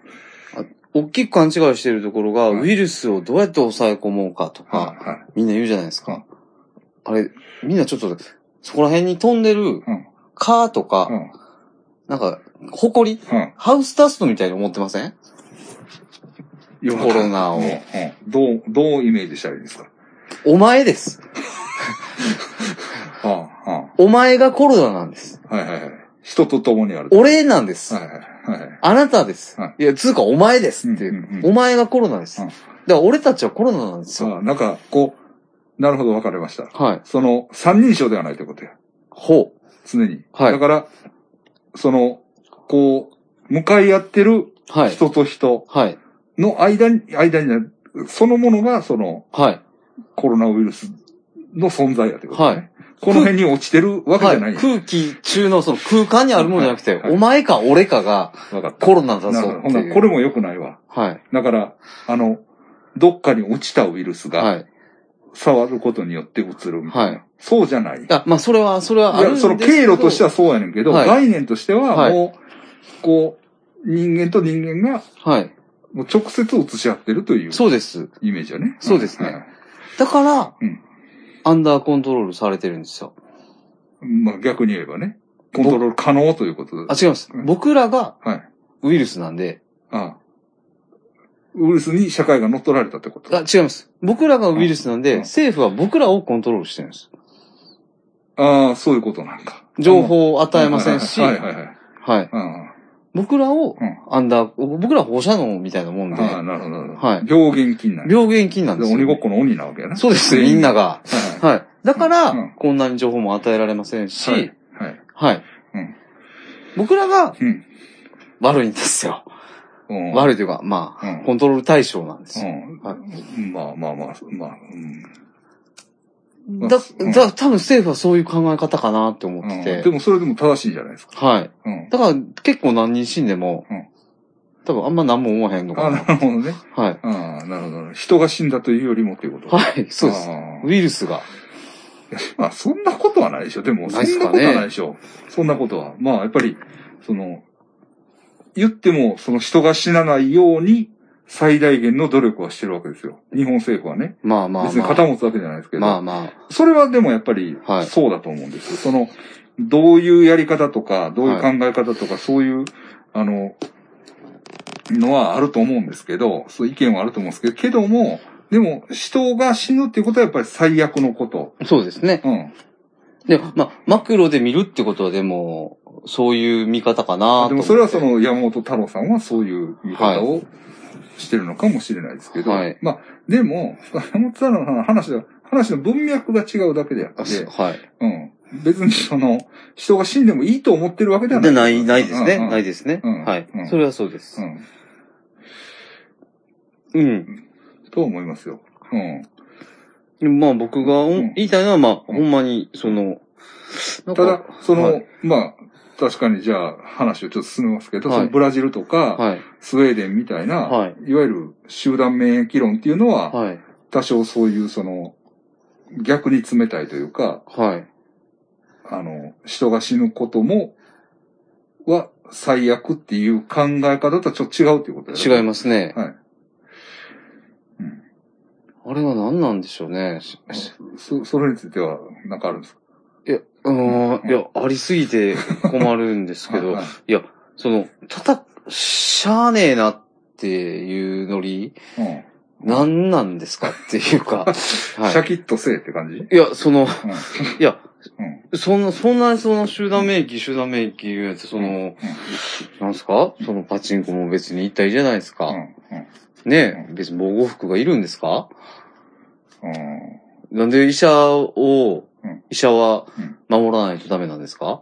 Speaker 1: あ大きく勘違いしてるところが、
Speaker 2: うん
Speaker 1: ウイルスをどうやって抑え込もうかと
Speaker 2: は
Speaker 1: か、
Speaker 2: い、はい。
Speaker 1: みんな言うじゃないです
Speaker 2: うん
Speaker 1: か。あれ、みんなちょっと、そこら辺に飛んでる
Speaker 2: ん、
Speaker 1: 蚊と
Speaker 2: う
Speaker 1: か、
Speaker 2: ん。
Speaker 1: なんか、ホコリ
Speaker 2: うん。
Speaker 1: ハウスダストみたいに思ってません
Speaker 2: コ
Speaker 1: コロナを
Speaker 2: うんうんどう、どうイメージしたらいいですか
Speaker 1: お前です。
Speaker 2: はあ、は
Speaker 1: お前がコロナなんです。
Speaker 2: あ、はいはいはい。人と共にある。
Speaker 1: 俺なんです。
Speaker 2: はいはいはいはい。
Speaker 1: あなたです
Speaker 2: は。
Speaker 1: いや、つうかお前ですってい
Speaker 2: うんうん
Speaker 1: う。
Speaker 2: うん
Speaker 1: お前がコロナです。
Speaker 2: うん
Speaker 1: だから俺たちはコロナなんですよ。
Speaker 2: さあ、なんか、こう、なるほど分かれました。
Speaker 1: はい。
Speaker 2: その、三人称ではないということや。
Speaker 1: ほ
Speaker 2: 常に。
Speaker 1: はい
Speaker 2: だから、その、こう、向かい合ってる
Speaker 1: う。はい。
Speaker 2: 人と人
Speaker 1: はい。
Speaker 2: の間に、間になる、そのものが、その、
Speaker 1: はい。
Speaker 2: コロナウイルスの存在やということ、ね。
Speaker 1: はい。
Speaker 2: この辺に落ちてるわけじ
Speaker 1: は
Speaker 2: ゃない
Speaker 1: い。
Speaker 2: んや。
Speaker 1: 空気中のその空間にあるものじゃなくて、
Speaker 2: はいはい
Speaker 1: お前か俺かが
Speaker 2: 分かった。
Speaker 1: コロナだ
Speaker 2: なる
Speaker 1: ぞ
Speaker 2: ほど。
Speaker 1: っ
Speaker 2: ほ
Speaker 1: て
Speaker 2: んな
Speaker 1: いう。
Speaker 2: らこれも良くないわ。
Speaker 1: はい。
Speaker 2: だから、あの、どっかに落ちたウイルス
Speaker 1: は
Speaker 2: が、
Speaker 1: い。
Speaker 2: 触ることによってうつるみたいな。
Speaker 1: はい
Speaker 2: そうじゃない。い
Speaker 1: あ、まあ、それは、それはあるん
Speaker 2: や、
Speaker 1: です
Speaker 2: そ
Speaker 1: け
Speaker 2: の
Speaker 1: ど。
Speaker 2: 経路としてはそうやねんけど、
Speaker 1: はい
Speaker 2: 概念としては
Speaker 1: はい
Speaker 2: もう、こう、人間と人間が、
Speaker 1: はい。
Speaker 2: もう直接うつし合ってるという
Speaker 1: そうです。
Speaker 2: イメージよね。
Speaker 1: そうですね
Speaker 2: はい
Speaker 1: だから
Speaker 2: うん、
Speaker 1: アンダーコントロールされてるんですよ。
Speaker 2: まあ逆に言えばね、コントロール可能ということ
Speaker 1: あ、
Speaker 2: で。
Speaker 1: 違います
Speaker 2: うん。
Speaker 1: 僕らが
Speaker 2: はい。
Speaker 1: ウイルスなんで、
Speaker 2: ああウイルスに社会が乗っ取られたってこと。
Speaker 1: あ、違います。僕らがウイルスなん
Speaker 2: うん
Speaker 1: で、政府は僕らをコントロールしてるんです。
Speaker 2: ああ、そういうことなんか。
Speaker 1: 情報を与えませんし、
Speaker 2: はいはいはい。
Speaker 1: はい。
Speaker 2: あ
Speaker 1: 僕らを
Speaker 2: うん、
Speaker 1: アンダー、僕ら放射能みたいなもんで
Speaker 2: あ、ああなるほどなるほど。
Speaker 1: はい
Speaker 2: 病原菌なんや
Speaker 1: 病原菌なんですよ。
Speaker 2: 鬼ごっこの鬼なわけやな。
Speaker 1: そうです、みんなが。
Speaker 2: は
Speaker 1: はい。だか
Speaker 2: うん
Speaker 1: ら、こんなに情報も与えられません
Speaker 2: い。は
Speaker 1: し
Speaker 2: い、。はい。
Speaker 1: はい
Speaker 2: うん。
Speaker 1: 僕らが
Speaker 2: うん
Speaker 1: 悪いんですよ。
Speaker 2: うん。
Speaker 1: 悪いというか、ま
Speaker 2: うん
Speaker 1: あ、コントロール対象なんですよ。
Speaker 2: う
Speaker 1: はい
Speaker 2: ん。まあまあまあ、まあ、うん。まあ
Speaker 1: だ
Speaker 2: うん、
Speaker 1: だ、多分政府はそういう考え方かなって思っ
Speaker 2: うん
Speaker 1: てて。
Speaker 2: でもそれでも正しいじゃないですか。
Speaker 1: はい。
Speaker 2: うん。
Speaker 1: だから結構何人死んでも、
Speaker 2: うん
Speaker 1: 多分あんま何も思わへんの
Speaker 2: あ
Speaker 1: かな。
Speaker 2: なるほどね。
Speaker 1: はい。
Speaker 2: ああ、なるほど。人が死んだというよりもっていうこと。
Speaker 1: はい、そうです。
Speaker 2: あ
Speaker 1: ウイルスが。
Speaker 2: あまあ、そんなことはないでしょ。でも、そ
Speaker 1: ないっす
Speaker 2: んな
Speaker 1: か
Speaker 2: こと
Speaker 1: ね
Speaker 2: はないでしょ。そんなことは。まあ、やっぱり、その、言っても、その人が死なないように、最大限の努力はしてるわけですよ。日本政府はね。
Speaker 1: まあまあまあ。
Speaker 2: 別に肩持つわけじゃないですけど。
Speaker 1: まあまあ。
Speaker 2: それはでもやっぱり
Speaker 1: はい
Speaker 2: そうだと思うんですよ。その、どういうやり方とか、どういう考え方とか、そういう、あの、のはあると思うんですけど、そういう意見はあると思うんですけど、けども、でも人が死ぬっていうことはやっぱり最悪のこと。
Speaker 1: そうですね。
Speaker 2: うん。
Speaker 1: で、まあ、マクロで見るってことはでも、そういう見方かなと思って。
Speaker 2: でもそれはその山本太郎さんはそういう見方をしてるのかもしれないですけど、
Speaker 1: はい
Speaker 2: まあ、でも、山本太郎さんの話では、話の文脈が違うだけであって
Speaker 1: あ、そうはい。
Speaker 2: うん。別にその、人が死んでもいいと思ってるわけではない。
Speaker 1: で、ない、ないですね。
Speaker 2: うんうん
Speaker 1: ないですね。
Speaker 2: うん
Speaker 1: はい
Speaker 2: うん。
Speaker 1: それはそうです
Speaker 2: う。ん。
Speaker 1: うん。
Speaker 2: と思いますよ。うん。
Speaker 1: でまあ僕がお
Speaker 2: ん
Speaker 1: 言いたいのは、まあ、
Speaker 2: うん
Speaker 1: ほんまに、その、なん
Speaker 2: ただ
Speaker 1: か、
Speaker 2: その、
Speaker 1: はい
Speaker 2: まあ、確かにじゃあ話をちょっと進めますけど、
Speaker 1: はい
Speaker 2: そのブラジルとか、
Speaker 1: はい。
Speaker 2: スウェーデンみたいな、、
Speaker 1: はい
Speaker 2: わゆる集団免疫論っていうのは、
Speaker 1: はい。
Speaker 2: 多少そういうその、逆に冷たいというか、
Speaker 1: はい。
Speaker 2: あの、人が死ぬことも、は最悪っていう考え方とはちょっと違うっていうことだよ
Speaker 1: 違い
Speaker 2: ね。
Speaker 1: ますね。
Speaker 2: はい。
Speaker 1: あれは何なんでしょうね。しし
Speaker 2: そ、それについては、なんかあるんですか
Speaker 1: いや、うーん、いや、ありすぎて困るんですけど
Speaker 2: はい、はい
Speaker 1: いや、その、たた、しゃーねえなっていうノリ、
Speaker 2: うん。
Speaker 1: 何なんですかっていう か、
Speaker 2: シャ
Speaker 1: は
Speaker 2: キッとせえって感じうん。
Speaker 1: い。いや、その、いや、
Speaker 2: うん。
Speaker 1: そんな、そんなにその集団免疫、集団免疫いうやつ、その、なんすかそのパチンコも別に一体じゃないです
Speaker 2: うん。
Speaker 1: か。ね
Speaker 2: う
Speaker 1: え、別に防護服がいるんですか
Speaker 2: うん。
Speaker 1: なんで医者を
Speaker 2: うん、
Speaker 1: 医者は
Speaker 2: うん
Speaker 1: 守らないとダメなんですか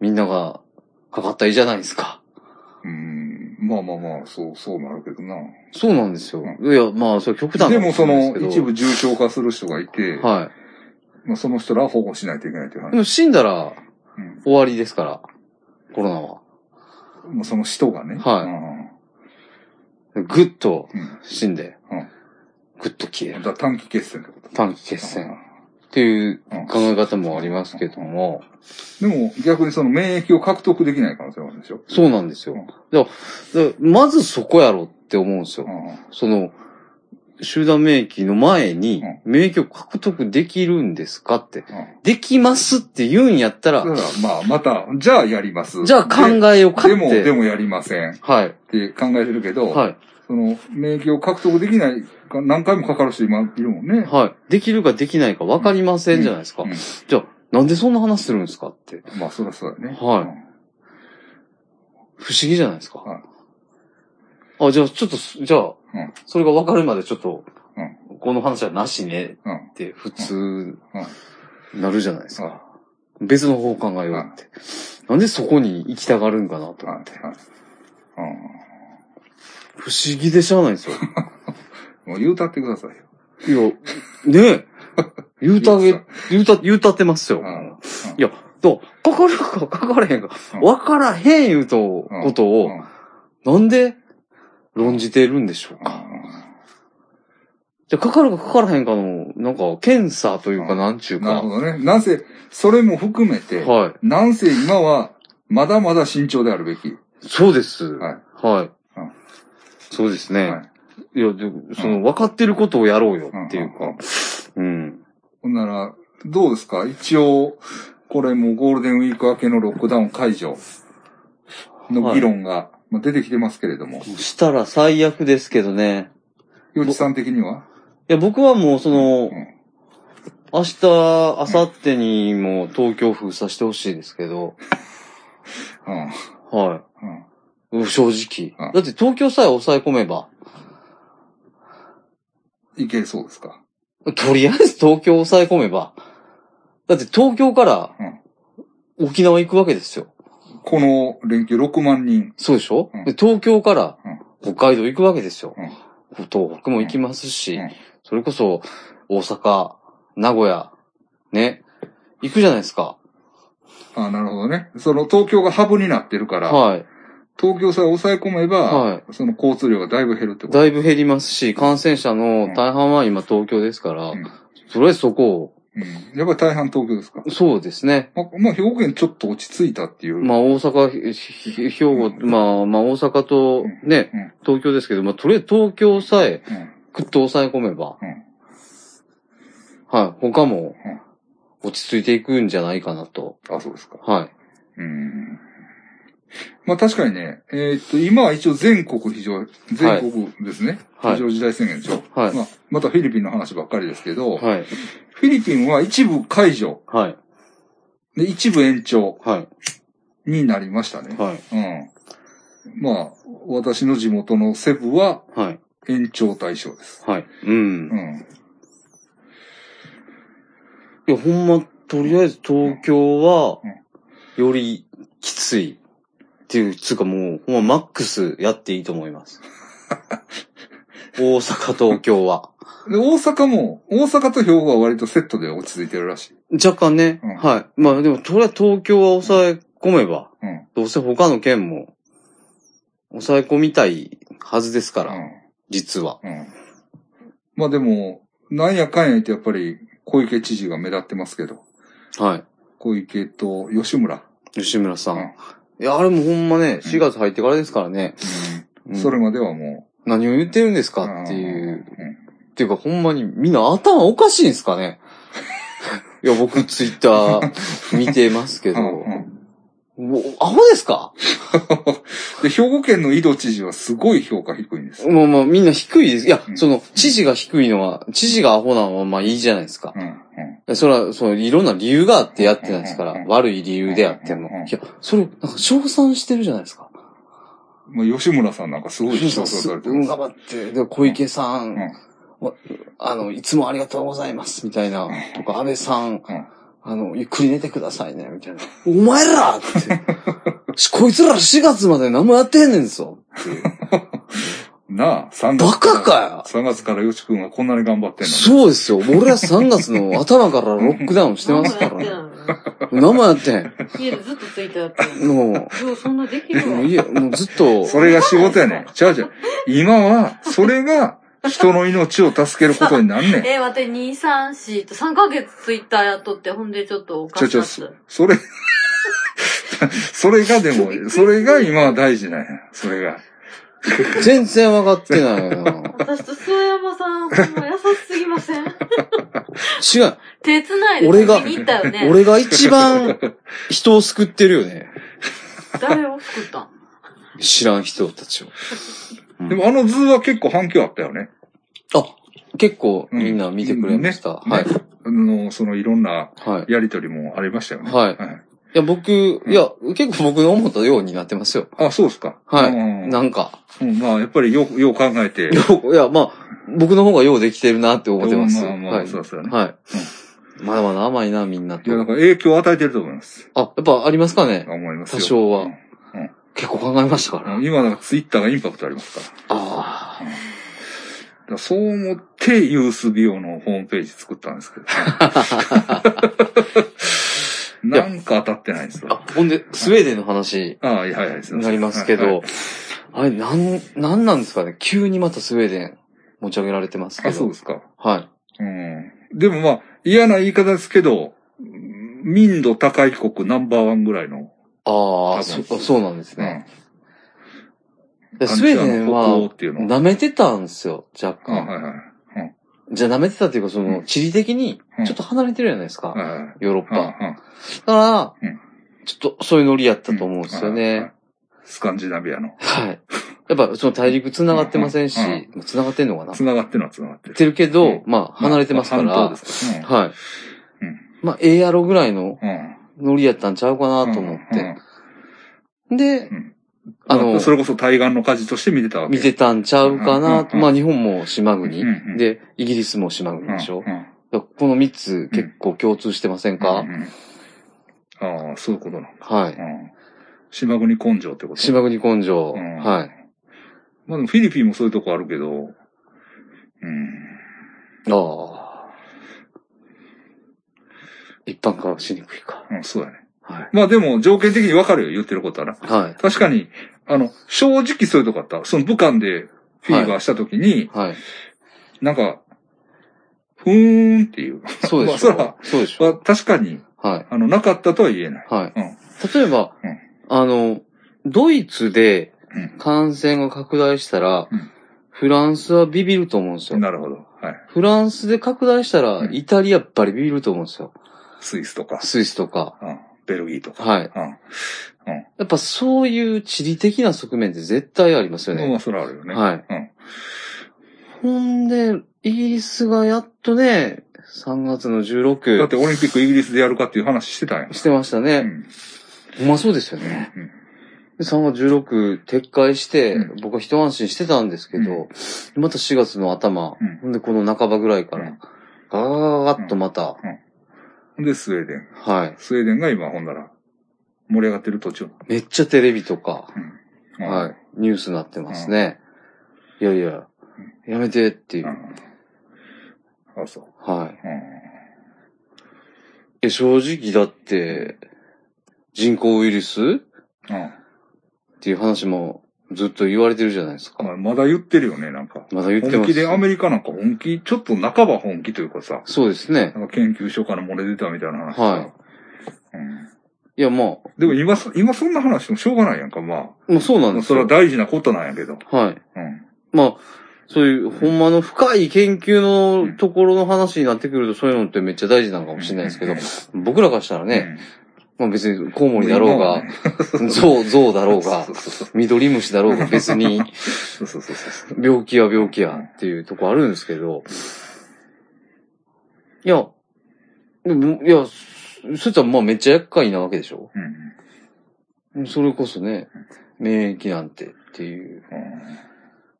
Speaker 1: みんながかかったらいいじゃないですか。
Speaker 2: うん。うん。まあまあまあ、そう、そうなるけどな。
Speaker 1: そうなんですよ。
Speaker 2: う
Speaker 1: いや、まあ、それ極端
Speaker 2: で
Speaker 1: な
Speaker 2: も
Speaker 1: こ
Speaker 2: そ
Speaker 1: となん
Speaker 2: の
Speaker 1: で、すけ
Speaker 2: 一
Speaker 1: ど。
Speaker 2: 部重症化する人がいて、
Speaker 1: は
Speaker 2: まあその人らは保護しないといけないと
Speaker 1: い。
Speaker 2: いう
Speaker 1: で
Speaker 2: 話。
Speaker 1: も死んだら
Speaker 2: うん。
Speaker 1: 終わりですから、コロナは。
Speaker 2: まあその人がね。
Speaker 1: はいぐっと
Speaker 2: い。うん。
Speaker 1: 死んで
Speaker 2: うん、
Speaker 1: ぐっと消え
Speaker 2: だ
Speaker 1: る。
Speaker 2: から短期決戦ってこと。
Speaker 1: 短期決戦っていう
Speaker 2: うん。
Speaker 1: 考え方もありますけども、
Speaker 2: でも逆にその免疫を獲得できない可能性もあるでしょ。
Speaker 1: そうなんですよ
Speaker 2: うん。
Speaker 1: だからだからまずそこやろって思うんですよ
Speaker 2: う。ん。
Speaker 1: その、集団免疫の前に、免疫を獲得できるんですかって。できますって言うんやった
Speaker 2: だから
Speaker 1: ら、
Speaker 2: まあまた、じゃあやります。
Speaker 1: じゃあ考えようかっ
Speaker 2: ででも、で
Speaker 1: て。
Speaker 2: もやりませんっ
Speaker 1: はい。
Speaker 2: て考えてるけど、
Speaker 1: はい。
Speaker 2: その、免疫を獲得できないか、何回もかかる人今いるもんね。
Speaker 1: はい。できるかできないか分かりませんじゃないですか
Speaker 2: うん。
Speaker 1: じゃあ、なんでそんな話するんですかって。
Speaker 2: まあ、そりゃそうだよね。
Speaker 1: はい
Speaker 2: い。
Speaker 1: 不思議じゃないですか
Speaker 2: は。
Speaker 1: あ、じゃあ、ちょっと、じゃあ
Speaker 2: うん、
Speaker 1: それが分かるまでちょっと
Speaker 2: う、
Speaker 1: この話はなしね
Speaker 2: うん。
Speaker 1: って普通、なるじゃないです
Speaker 2: はい。
Speaker 1: か。別の方を考えようって。なんでそこに行きたがるんかなと思
Speaker 2: は
Speaker 1: って。
Speaker 2: い。はい。
Speaker 1: 不思議でしゃあないん ですよ。
Speaker 2: うん。もう言うたってください
Speaker 1: い
Speaker 2: よ。
Speaker 1: や、ねえ。言うたげ、言うた、言うたってますよ。
Speaker 2: うん
Speaker 1: いや、と、かかるか かかれへんか
Speaker 2: うん、
Speaker 1: わからへん言うと、こと
Speaker 2: うん
Speaker 1: を、
Speaker 2: うん
Speaker 1: なんで論じてるんでしょうか。じゃ、かかるかかからへんかの、なんか、検査というか、
Speaker 2: うん
Speaker 1: なんちゅう
Speaker 2: なる
Speaker 1: か。
Speaker 2: ほどね。なんせ、それも含めて、
Speaker 1: は
Speaker 2: なんせ今は、まだまだ慎重であるべき。
Speaker 1: い。そうです。
Speaker 2: はい。
Speaker 1: はい
Speaker 2: うん。
Speaker 1: そうです
Speaker 2: は
Speaker 1: ね。
Speaker 2: い。
Speaker 1: いや、でその、分かってることをやろうよっていう
Speaker 2: うんう
Speaker 1: か
Speaker 2: ん。
Speaker 1: うん。
Speaker 2: ほんなら、どうですか一応、これもゴールデンウィーク明けのロックダウン解除の議論が、まあ出てきてますけれども、
Speaker 1: したら最悪ですけどね。
Speaker 2: よちさん的にはい
Speaker 1: や、僕はもう、その
Speaker 2: うん、
Speaker 1: 明日、明後日にも東京封鎖してほしいですけど、
Speaker 2: うん。
Speaker 1: はい。
Speaker 2: うん
Speaker 1: うん正直
Speaker 2: うん。
Speaker 1: だって東京さえ抑え込めば、
Speaker 2: いけそうですか
Speaker 1: とりあえず東京を抑え込めば、だって東京から沖縄行くわけですよ。
Speaker 2: この連休6万人。
Speaker 1: そうでしょ、
Speaker 2: うん
Speaker 1: で東京から北海道行くわけですよ。
Speaker 2: うん
Speaker 1: 東北も行きますし、
Speaker 2: うん
Speaker 1: それこそ大阪、名古屋、ね、行くじゃないですか。
Speaker 2: あなるほどね。その東京がハブになってるから、
Speaker 1: はい。
Speaker 2: 東京さえ抑え込めば、
Speaker 1: は
Speaker 2: その交通量がだいぶ減るってこと。
Speaker 1: だいぶ減りますし、感染者の大半は今東京ですから、
Speaker 2: うん
Speaker 1: とりあえずそこ
Speaker 2: うん。やっぱり大半東京ですか
Speaker 1: を、。そうですね。
Speaker 2: まあ、まあ、兵庫県ちょっと落ち着いたっていう。
Speaker 1: まあ大阪、ひひ兵庫、
Speaker 2: うん
Speaker 1: まあまあ大阪とね、
Speaker 2: うん
Speaker 1: 東京ですけど、まあとりあえず東京さえ
Speaker 2: うん
Speaker 1: ぐっと抑え込めば、
Speaker 2: うん
Speaker 1: はい、他も
Speaker 2: うん
Speaker 1: 落ち着いていくんじゃないかなと。
Speaker 2: あ、そうですか。
Speaker 1: は
Speaker 2: うん。まあ確かにね、えーっと、今は一応全国非常、全国ですね。
Speaker 1: はい
Speaker 2: 非常事態宣言でしょ。
Speaker 1: はい
Speaker 2: まあ、またフィリピンの話ばっかりですけど、
Speaker 1: い、はい、
Speaker 2: フィリピンは一部解除、
Speaker 1: はい、
Speaker 2: で一部延長
Speaker 1: はい、
Speaker 2: になりましたね。
Speaker 1: はい、
Speaker 2: うん。まあ、私の地元のセブは
Speaker 1: はい、
Speaker 2: 延長対象です。
Speaker 1: はい。うん
Speaker 2: う。ん。
Speaker 1: いや、ほんま、とりあえず東京は
Speaker 2: うん、
Speaker 1: よりきつい。っていう、つうかもう、ほんまマックスやっていいと思います。 大阪、東京は。
Speaker 2: で、大阪も、大阪と兵庫は割とセットで落ち着いてるらしい。
Speaker 1: 若干ね、
Speaker 2: うん
Speaker 1: はい。まあでも、とりあえず東京は抑え込めば、
Speaker 2: うん。
Speaker 1: どうせ他の県も、抑え込みたいはずですから、実は。
Speaker 2: うん。うん。まあでも、なんやかんや言ってやっぱり小池知事が目立ってますけど、
Speaker 1: は
Speaker 2: 小池と吉村。
Speaker 1: い。吉村さん。
Speaker 2: うん
Speaker 1: いや、あれもほんまね、4月入ってからですからね。
Speaker 2: うん
Speaker 1: うん
Speaker 2: それまではも
Speaker 1: 何を言ってるんです
Speaker 2: う。
Speaker 1: かっていう
Speaker 2: うん。
Speaker 1: っていうか、ほんまにみんな頭おかしいんですか ねいや、僕ツイッター見てますけ
Speaker 2: う
Speaker 1: ど、
Speaker 2: んうん
Speaker 1: もう、アホですか
Speaker 2: で、兵庫県の井戸知事はすごい評価低いんです。
Speaker 1: もう、もうみんな低いです。いや
Speaker 2: う、ん
Speaker 1: その、知事が低いのは、知事がアホなのはまあいいじゃないですか
Speaker 2: う。ん。うん。
Speaker 1: それは、その、いろんな理由があってやってないですか
Speaker 2: うんうん
Speaker 1: ら
Speaker 2: う、ん
Speaker 1: 悪い理由であっても
Speaker 2: うんうんうん。
Speaker 1: いや、それ、なんか、称賛してるじゃないですか。
Speaker 2: まあ、吉村さんなんかすごい
Speaker 1: そうそ
Speaker 2: 評価
Speaker 1: う
Speaker 2: さ
Speaker 1: す
Speaker 2: れて
Speaker 1: う
Speaker 2: るん
Speaker 1: ん
Speaker 2: です
Speaker 1: 頑張って、で小池さ
Speaker 2: うん
Speaker 1: ん、あの、いつもありがとうございます、みたいな、とか、安倍さん
Speaker 2: うん、
Speaker 1: あの、ゆっくり寝てくださいね、みたいな。お前らって。しこいつら4月まで何もやってへんねんぞ。っていう
Speaker 2: なあ、3
Speaker 1: バカか
Speaker 2: 3月からよし君がこんなに頑張って
Speaker 1: よ
Speaker 2: ん
Speaker 1: そうですよ。俺ら3月の頭からロックダウンしてますからね。 何もやってへん。
Speaker 3: 家でずっとついてあって。
Speaker 1: も
Speaker 3: ようそんなでき
Speaker 1: う、
Speaker 3: るわ
Speaker 1: もう。いや、もうずっと
Speaker 2: のに。それが仕事やねん。ちゃうちゃう。今は、それが人の命を助けることになんねん。
Speaker 3: え、私、2、3、4と3ヶ月ツイッターやっとって、ほんでちょっとお
Speaker 2: ち
Speaker 3: か
Speaker 2: ょ
Speaker 3: し
Speaker 2: ち
Speaker 3: か
Speaker 2: ょ、
Speaker 3: っ
Speaker 2: そ
Speaker 3: た。
Speaker 2: それ、 それがでも、それが今は大事なんや。それが。
Speaker 1: 全然分かってない な。
Speaker 3: 私と末山さん、ほんま優しすぎませ
Speaker 1: 違
Speaker 3: ん
Speaker 1: う。
Speaker 3: 手繋いで
Speaker 1: 俺が
Speaker 3: 見に行ったよね。
Speaker 1: 俺が一 番人を救ってるよね。
Speaker 3: 誰を作ったん
Speaker 1: 知らん人たちを。
Speaker 2: でもあの図は結構反響あったよね。
Speaker 1: あ、結構みんな見てくれました。
Speaker 2: うんね
Speaker 1: はい
Speaker 2: ね。あの、そのいろんな
Speaker 1: はい。
Speaker 2: やりとりもありましたよね。
Speaker 1: はいいや、僕、いや、結構僕の思ったようになってますよ。
Speaker 2: あ、そうですか。
Speaker 1: は
Speaker 2: うん
Speaker 1: い。なんか。
Speaker 2: うんまあ、やっぱりよう、よう考えて。
Speaker 1: よういや、まあ、僕の方がようできてるなって思ってます。
Speaker 2: まあまあ、
Speaker 1: はい。
Speaker 2: そうですよね。
Speaker 1: はい。まだまだ甘いな、みんない
Speaker 2: や、だ
Speaker 1: と。
Speaker 2: から影響を与えてると思います。
Speaker 1: あ、やっぱありますかね
Speaker 2: 思いますよ。
Speaker 1: 多少は
Speaker 2: うん
Speaker 1: 結構考えましたから。
Speaker 2: うん今、だからツイッターがインパクトありますから。だ
Speaker 1: あ
Speaker 2: からそう思って、ユースビオのホームページ作ったんですけど。 なんか当たってないんです
Speaker 1: あ。
Speaker 2: よ。
Speaker 1: あ、ほんで、スウェーデンの話
Speaker 2: ああ、いや、はいはい、すい
Speaker 1: に
Speaker 2: ませ
Speaker 1: なんりますけ
Speaker 2: はいはい
Speaker 1: ど、あれ、なん、なんなんですかね急にまたスウェーデン持ち上げられてますけ
Speaker 2: あ、そう
Speaker 1: ど
Speaker 2: で。すか。
Speaker 1: はい。
Speaker 2: うん。でもまあ、嫌な言い方ですけど、うん民度高い国ナンバーワンぐらいの。
Speaker 1: ああ、そ
Speaker 2: 多分
Speaker 1: そうなんです
Speaker 2: う
Speaker 1: ね。
Speaker 2: ん。
Speaker 1: でスウェーデン
Speaker 2: あの北欧
Speaker 1: は、
Speaker 2: っていうのは。
Speaker 1: 舐めてたんですよ、若
Speaker 2: あ、
Speaker 1: 干。
Speaker 2: はいはい。
Speaker 1: じゃあ舐めてたっていうか、そうの、
Speaker 2: ん
Speaker 1: 地理的に
Speaker 2: うん、
Speaker 1: ちょっと離れてるじゃないです
Speaker 2: はい
Speaker 1: か。
Speaker 2: はいはい
Speaker 1: ヨーロッパ。だ
Speaker 2: うんうん。
Speaker 1: か
Speaker 2: うん
Speaker 1: ら、ちょっとそういうノリやったと思うんですよ
Speaker 2: はいはいは
Speaker 1: ね
Speaker 2: い。。スカンジナビアの。
Speaker 1: はい。やっぱ、その大陸繋がってませんし
Speaker 2: うんう、
Speaker 1: 繋がってんのかな
Speaker 2: 繋がってるのは繋がって
Speaker 1: っ
Speaker 2: る。
Speaker 1: てるけ
Speaker 2: う
Speaker 1: ど
Speaker 2: ん、
Speaker 1: まあ、離れてますか
Speaker 2: まあ半
Speaker 1: ら
Speaker 2: 島で、すから
Speaker 1: はい
Speaker 2: うん。
Speaker 1: まあ、ええやろぐらいの
Speaker 2: うん。うん。
Speaker 1: ノリやったんちゃうかなと思って。で
Speaker 2: うんうん、
Speaker 1: あ
Speaker 2: あ
Speaker 1: の
Speaker 2: の、そ、れこそ対岸の火事として見てたわけ。
Speaker 1: 見てたんちゃうか
Speaker 2: う
Speaker 1: なん
Speaker 2: うん
Speaker 1: まあ、日本も島国
Speaker 2: うんうん。
Speaker 1: で、イギリスも島国
Speaker 2: うん
Speaker 1: でしょ
Speaker 2: う。ん
Speaker 1: だからこの3つ結構共通してません
Speaker 2: う
Speaker 1: か
Speaker 2: んうんああ、そういうことなの。
Speaker 1: はい。
Speaker 2: うん。島国根性ってこと
Speaker 1: 島国根性。
Speaker 2: うん
Speaker 1: はい。
Speaker 2: まあでもフィリピンもそういうとこあるけど、うん。
Speaker 1: ああ。しにくいか。
Speaker 2: うん、そうだね。
Speaker 1: はい。
Speaker 2: まあでも、条件的にわかるよ、言ってることはな。
Speaker 1: はい。
Speaker 2: 確かに、あの、正直そういうとこあった。その武漢でフィーバーした時に、
Speaker 1: はい。
Speaker 2: なんか、ふーんっていう。
Speaker 1: そうでし
Speaker 2: まあ
Speaker 1: ょ。そうでし
Speaker 2: まあ
Speaker 1: ょ。
Speaker 2: 確かに、
Speaker 1: はい。
Speaker 2: あの、なかったとは言えない。
Speaker 1: はい。
Speaker 2: うん。
Speaker 1: 例えば
Speaker 2: うん、
Speaker 1: あの、ドイツで感染が拡大したら
Speaker 2: うん、
Speaker 1: フランスはビビると思うんです
Speaker 2: うん。
Speaker 1: よ。
Speaker 2: なるほど。はい。
Speaker 1: フランスで拡大したら
Speaker 2: う、ん
Speaker 1: イタリアやっぱりビビると思うんですよ。
Speaker 2: スイスとか、
Speaker 1: スイスとか。
Speaker 2: うん、ベルギーとか。
Speaker 1: はい。
Speaker 2: うん。
Speaker 1: やっぱそういう地理的な側面って絶対ありますよね。
Speaker 2: まあ、それはあるよね。
Speaker 1: はい。
Speaker 2: うん
Speaker 1: ほんで、イギリスがやっとね、3月の16
Speaker 2: だってオリンピックイギリスでやるかっていう話してたんや。
Speaker 1: してました
Speaker 2: う
Speaker 1: ね。
Speaker 2: ん。
Speaker 1: うまあそうですよね。で3月16撤回して、
Speaker 2: う
Speaker 1: 僕は一安心してたんですけど、また4月の頭、
Speaker 2: うん
Speaker 1: ほんでこの半ばぐらいから、
Speaker 2: うん
Speaker 1: ガーガーガーっとまた、
Speaker 2: うん。で、スウェーデン。
Speaker 1: はい。
Speaker 2: スウェーデンが今、ほんなら、盛り上がってる途中。
Speaker 1: めっちゃテレビとか、
Speaker 2: うん
Speaker 1: はい、ニュースになってますね。いやいや、やめてっていうう。
Speaker 2: ん。あ、そう。
Speaker 1: はい。
Speaker 2: うん。
Speaker 1: え、正直だって、人工ウイルス
Speaker 2: うん。
Speaker 1: っていう話もずっと言われてるじゃないですか。
Speaker 2: まあまだ言ってるよね、なんか。
Speaker 1: まだ言って
Speaker 2: 本
Speaker 1: ま
Speaker 2: 気でア
Speaker 1: す。
Speaker 2: メリカなんか本気、ちょっと半ば本気というかさ、
Speaker 1: そうですね。
Speaker 2: なんか研究所から漏れ出たみたいな話さ
Speaker 1: は
Speaker 2: うん。
Speaker 1: いや、まあ、
Speaker 2: でも今そ、今そんな話もしょうがないやんか、ま
Speaker 1: まあそうな
Speaker 2: あ。
Speaker 1: ん
Speaker 2: まあ
Speaker 1: です
Speaker 2: それは
Speaker 1: よ。
Speaker 2: 大事なことなんやけど。
Speaker 1: はい。
Speaker 2: うん。
Speaker 1: まあ、そういう、ほんまの深い研究のところの話になってくると、そういうのってめっちゃ大事なのかもしれないですけど、僕らからしたらね、まあ別にコウ
Speaker 2: う
Speaker 1: モ
Speaker 2: ん。
Speaker 1: リだろう
Speaker 2: 今は
Speaker 1: が
Speaker 2: ね、
Speaker 1: ゾウ、ゾウだろうが
Speaker 2: そう、そう
Speaker 1: ミドリムシだろうが、別に
Speaker 2: そうそうそうそうそう。
Speaker 1: 病気は病気やっていうとこあるんですけど、いや、でもいや、そそいつはまあめっちゃ厄介なわけでしょ
Speaker 2: うん。
Speaker 1: それこそね、免疫なんてっていう
Speaker 2: うん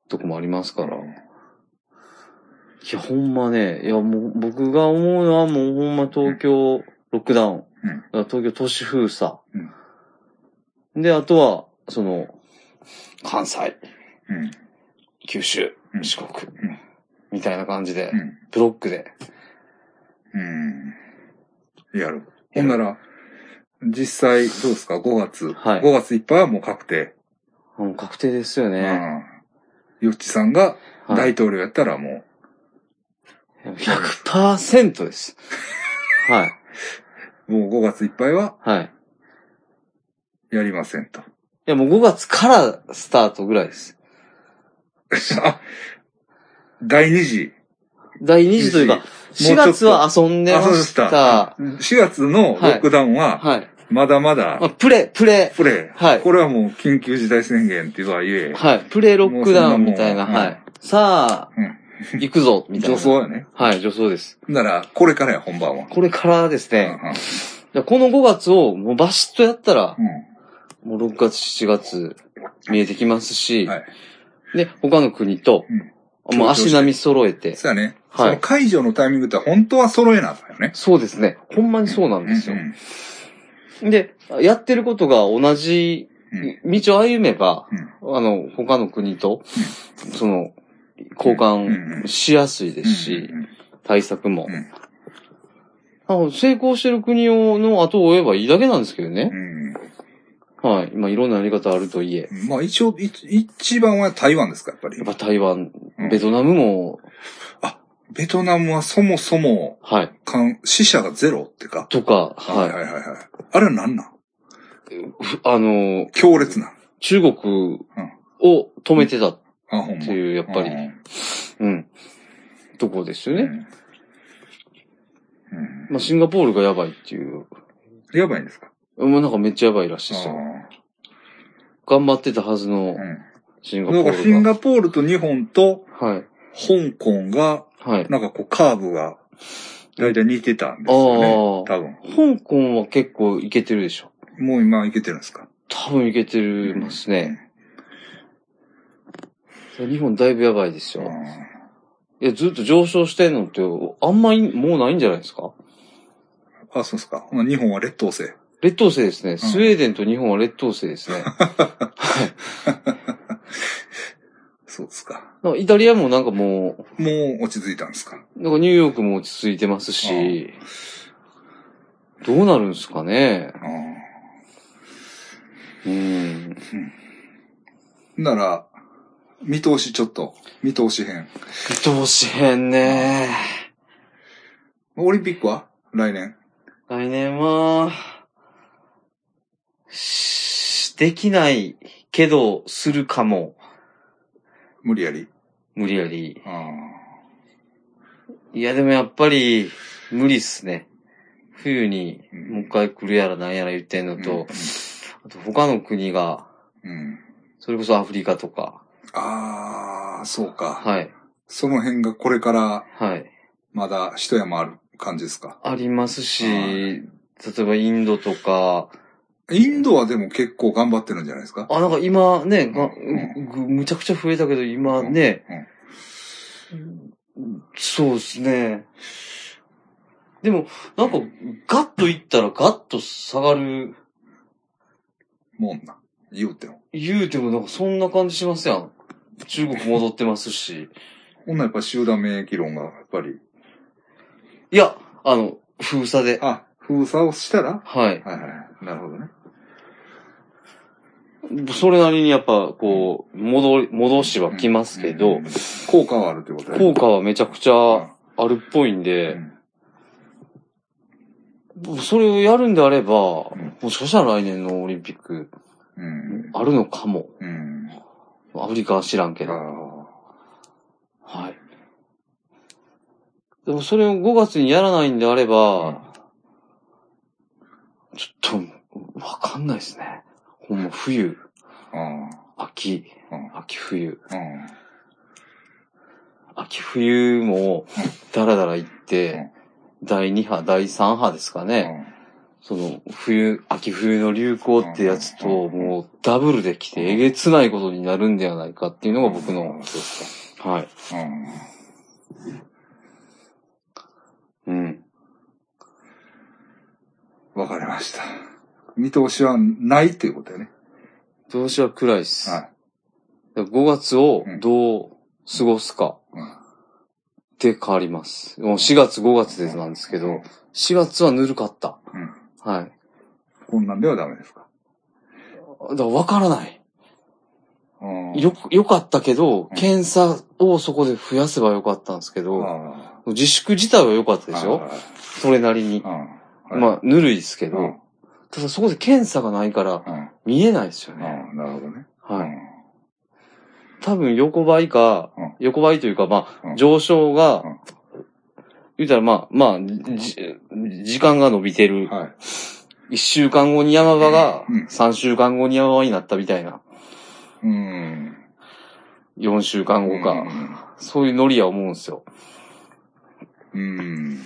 Speaker 1: とこもありますから。いや、ほんまね、いや、もう、僕が思うのは、もうほんま東京、ロックダウン。
Speaker 2: うん
Speaker 1: 東京都市封鎖。で、あとは、その、関西、
Speaker 2: うん。
Speaker 1: 九州、
Speaker 2: うん
Speaker 1: 四国、
Speaker 2: うん
Speaker 1: みたいな感じで、
Speaker 2: うん。
Speaker 1: ブロックで。
Speaker 2: うん。やる。ほんなら、実際、どうですか ?5 月。
Speaker 1: はい
Speaker 2: 5月いっぱいはもう確定。
Speaker 1: もう確定ですよね。
Speaker 2: うん。よっちさんが
Speaker 1: はい
Speaker 2: 大統領やったらも
Speaker 1: 100%です。 はい。
Speaker 2: う、もう5月いっぱいは
Speaker 1: はい。い
Speaker 2: やりませんと。
Speaker 1: や、もう5月からスタートぐらいです。
Speaker 2: あ、第2次。
Speaker 1: 第2次というか、4月は遊んでま
Speaker 2: あ、そうで
Speaker 1: し。
Speaker 2: したた。4月のロックダウンは、
Speaker 1: はい。
Speaker 2: まだま
Speaker 1: まあ、
Speaker 2: だ、
Speaker 1: プレ、プレ、
Speaker 2: プレイ。
Speaker 1: はい
Speaker 2: これはもう緊急事態宣言ってはいえ、
Speaker 1: はい。プレロックダウンみたいな、
Speaker 2: もうそんなもん
Speaker 1: はい。さあ、
Speaker 2: うん
Speaker 1: 行くぞ、みたい
Speaker 2: 女
Speaker 1: な。
Speaker 2: 装やね。
Speaker 1: はい、女装です。
Speaker 2: なら、これからや、本番は。
Speaker 1: これからです
Speaker 2: う
Speaker 1: ね、
Speaker 2: ん
Speaker 1: じゃあこの5月をもうバシッとやったら、
Speaker 2: うん。
Speaker 1: もう6月、7月、見えてきますし、
Speaker 2: はい
Speaker 1: で、他の国と、もう足並み揃えて、
Speaker 2: そうやね。
Speaker 1: はい
Speaker 2: その解除のタイミングって本当は揃えなあかんよね。
Speaker 1: そうですね。ほんまにそうなんですよ
Speaker 2: う。ん
Speaker 1: で、やってることが同じ
Speaker 2: うん
Speaker 1: 道を歩めば、あの、他の国と、その、交換しやすいですし、
Speaker 2: うん
Speaker 1: 対策も。
Speaker 2: うん
Speaker 1: あの成功してる国をの後を追えばいいだけなんですけどね。
Speaker 2: うん
Speaker 1: はい。今いろんなやり方あるといえ。
Speaker 2: まあ一応、い一番は台湾ですか、やっぱり
Speaker 1: やっ。ぱ台湾
Speaker 2: うん、
Speaker 1: ベトナムも、
Speaker 2: ベトナムはそもそも、
Speaker 1: はい。
Speaker 2: かん死者がゼロってか。
Speaker 1: とか、
Speaker 2: はい
Speaker 1: は
Speaker 2: はいはいはい。あれは何なん
Speaker 1: い。ふあの、
Speaker 2: 強烈な。
Speaker 1: 中国を止めてたっ
Speaker 2: あ、ほんま。
Speaker 1: ていう、やっぱり
Speaker 2: う、
Speaker 1: うん。とこですよ
Speaker 2: ん。う
Speaker 1: ね。
Speaker 2: んうん
Speaker 1: まあ、シンガポールがやばいっていう。
Speaker 2: やばいんですか
Speaker 1: もうなんかめっちゃやばいらしいですよ。
Speaker 2: あ
Speaker 1: 頑張ってたはずの
Speaker 2: ー
Speaker 1: シン
Speaker 2: う
Speaker 1: ガ
Speaker 2: ん。
Speaker 1: ポ
Speaker 2: なんかシ
Speaker 1: ール
Speaker 2: ン
Speaker 1: が。
Speaker 2: ガポールと日本と
Speaker 1: はい。
Speaker 2: 香港が、
Speaker 1: はい。
Speaker 2: なんかこうカーブが、だいたい似てたんですよね。多
Speaker 1: あ
Speaker 2: 分。
Speaker 1: 香港は結構いけてるでしょ。
Speaker 2: もう今いけてるんですか
Speaker 1: 多分いけてるますね。日本だいぶやばいですよ。
Speaker 2: あ
Speaker 1: いや、ずっと上昇してんのって、あんまりもうないんじゃないですか
Speaker 2: ーあ、そうですか。まあ日本は劣等生。
Speaker 1: 劣等生ですね。スウェーデンと日本は劣等生です ね。
Speaker 2: そうですか。
Speaker 1: なんかイタリアもなんかも
Speaker 2: もう落ち着いたんですか
Speaker 1: う、なんかニューヨークも落ち着いてますし、どうなるんですかね。
Speaker 2: ああ
Speaker 1: うん。
Speaker 2: なら、見通しちょっと、見通し編。
Speaker 1: 見通しへんね。
Speaker 2: オリンピックは来年。
Speaker 1: 来年は、しできないけど、するかも。
Speaker 2: 無理やり。
Speaker 1: 無理やり。
Speaker 2: ああ
Speaker 1: いや、でもやっぱり、無理っすね。冬に、もう一回来るやらなんやら言ってんのと、あと他の国が、
Speaker 2: うん。うん。
Speaker 1: それこそアフリカとか、
Speaker 2: ああ、そうか。
Speaker 1: はい、
Speaker 2: その辺がこれから
Speaker 1: はい、
Speaker 2: まだ一山ある感じですか。
Speaker 1: ありますし、
Speaker 2: は
Speaker 1: 例えばインドとか、
Speaker 2: インドはでも結構頑張ってるんじゃないですか。
Speaker 1: あ、なんか今ね、が
Speaker 2: うん
Speaker 1: ぐむちゃくちゃ増えたけど、今ね、そうですね。でも、なんか、ガッといったらガッと下がる、
Speaker 2: もんな。言うても。
Speaker 1: 言うてもなんかそんな感じしますやん。中国戻ってますし。
Speaker 2: ほんならやっぱ集団免疫論がやっぱり、
Speaker 1: いや、あの、封鎖で。
Speaker 2: あ、封鎖をしたら
Speaker 1: はい。
Speaker 2: はいはい。なるほどね。
Speaker 1: それなりにやっぱ、こう、戻り、戻しは来ますけ
Speaker 2: うんう
Speaker 1: ど
Speaker 2: ん、効果はあるってことだ
Speaker 1: 効
Speaker 2: ね
Speaker 1: 果はめちゃくちゃあるっぽいんで
Speaker 2: う、ん
Speaker 1: それをやるんであれば、も
Speaker 2: ん
Speaker 1: しかしたら来年のオリンピック、
Speaker 2: うん。
Speaker 1: あるのかも。
Speaker 2: うん。
Speaker 1: アフリカは知らんけど。
Speaker 2: あ
Speaker 1: はい。でもそれを5月にやらないんであれば、ちょっと、わかんないですね。ほんま、冬、
Speaker 2: あ。あ
Speaker 1: 秋、
Speaker 2: うん
Speaker 1: 秋冬。
Speaker 2: あ。うん。
Speaker 1: 秋冬も、だらだら行って、第2波、第3波ですかね。その、冬、秋冬の流行ってやつと、
Speaker 2: うん
Speaker 1: もう、ダブルで来て、えげつないことになるんではないかっていうのが僕の、
Speaker 2: そうです
Speaker 1: はい。
Speaker 2: か。うん。
Speaker 1: うん。
Speaker 2: わかりました。見通しはないっていうことだよね。
Speaker 1: どうしは暗いっす。
Speaker 2: は
Speaker 1: 5月をどう過ごすか
Speaker 2: うん
Speaker 1: で変わります。もう4月、5月でなんですけど、4月はぬるかった。
Speaker 2: うん
Speaker 1: はい。
Speaker 2: い。こんなんではダメですか。
Speaker 1: だから分からない。
Speaker 2: うん
Speaker 1: よ、良かったけど、
Speaker 2: ん
Speaker 1: 検査をそこで増やせばよかったんですけど、
Speaker 2: あ
Speaker 1: 自粛自体は良かった
Speaker 2: あ
Speaker 1: でし
Speaker 2: は
Speaker 1: ょ
Speaker 2: いはい
Speaker 1: それなりに。
Speaker 2: はいうん
Speaker 1: まあ、ぬるいですけ
Speaker 2: うん
Speaker 1: ど、ただそこで検査がないから
Speaker 2: うん
Speaker 1: 見えないですよね。
Speaker 2: うんなるほどね。
Speaker 1: は
Speaker 2: う
Speaker 1: い。
Speaker 2: ん
Speaker 1: 多分横ばいか
Speaker 2: うん、
Speaker 1: 横ばいというか、ま
Speaker 2: う
Speaker 1: あ、
Speaker 2: ん
Speaker 1: 上昇
Speaker 2: う
Speaker 1: が
Speaker 2: ん、
Speaker 1: 言うたらまあ、まあ、じ時間が伸びてる。
Speaker 2: はい。
Speaker 1: 一週間後に山場が
Speaker 2: うん、
Speaker 1: 三週間後に山場になったみたいな。
Speaker 2: うん。
Speaker 1: 四週間後か。そういうノリは思うんですよ。
Speaker 2: うん。うん。い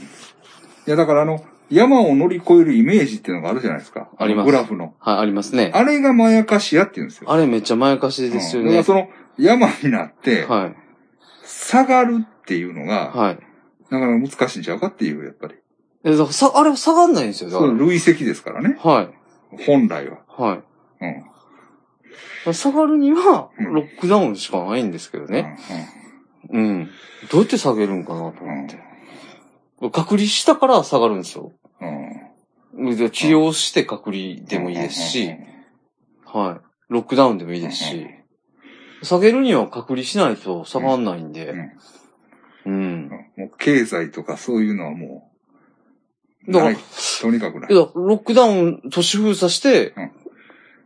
Speaker 2: や、だからあの、山を乗り越えるイメージっていうのがあるじゃないですか。
Speaker 1: あります
Speaker 2: グラフの。
Speaker 1: はい、ありますね。
Speaker 2: あれがまやかしやって言うんですよ。
Speaker 1: あれめっちゃまやかしですよね。
Speaker 2: うんだからその、山になって、
Speaker 1: はい。
Speaker 2: 下がるっていうのが、
Speaker 1: はい。
Speaker 2: なかなか難しいんちゃうかっていう、やっぱり。
Speaker 1: え、だからさ、あれは下がんないんですよ。だ
Speaker 2: そ
Speaker 1: か
Speaker 2: う、累積ですからね。
Speaker 1: ら。はい。
Speaker 2: 本来は。
Speaker 1: はい。
Speaker 2: うん。
Speaker 1: 下がるには、
Speaker 2: うん
Speaker 1: ロックダウンしかないんですけどね。うん。どうやって下げるんかなと思って。隔離したから下がるんですよ。
Speaker 2: うん。うん。
Speaker 1: で治療して隔離でもいいですし、はい。ロックダウンでもいいです
Speaker 2: うんう
Speaker 1: し
Speaker 2: ん、
Speaker 1: 下げるには隔離しないと下がんないん
Speaker 2: う
Speaker 1: で、
Speaker 2: ん。
Speaker 1: うん。
Speaker 2: もう経済とかそういうのはもう、
Speaker 1: だから
Speaker 2: ない。とにかくない
Speaker 1: いや、。ロックダウン、都市封鎖して、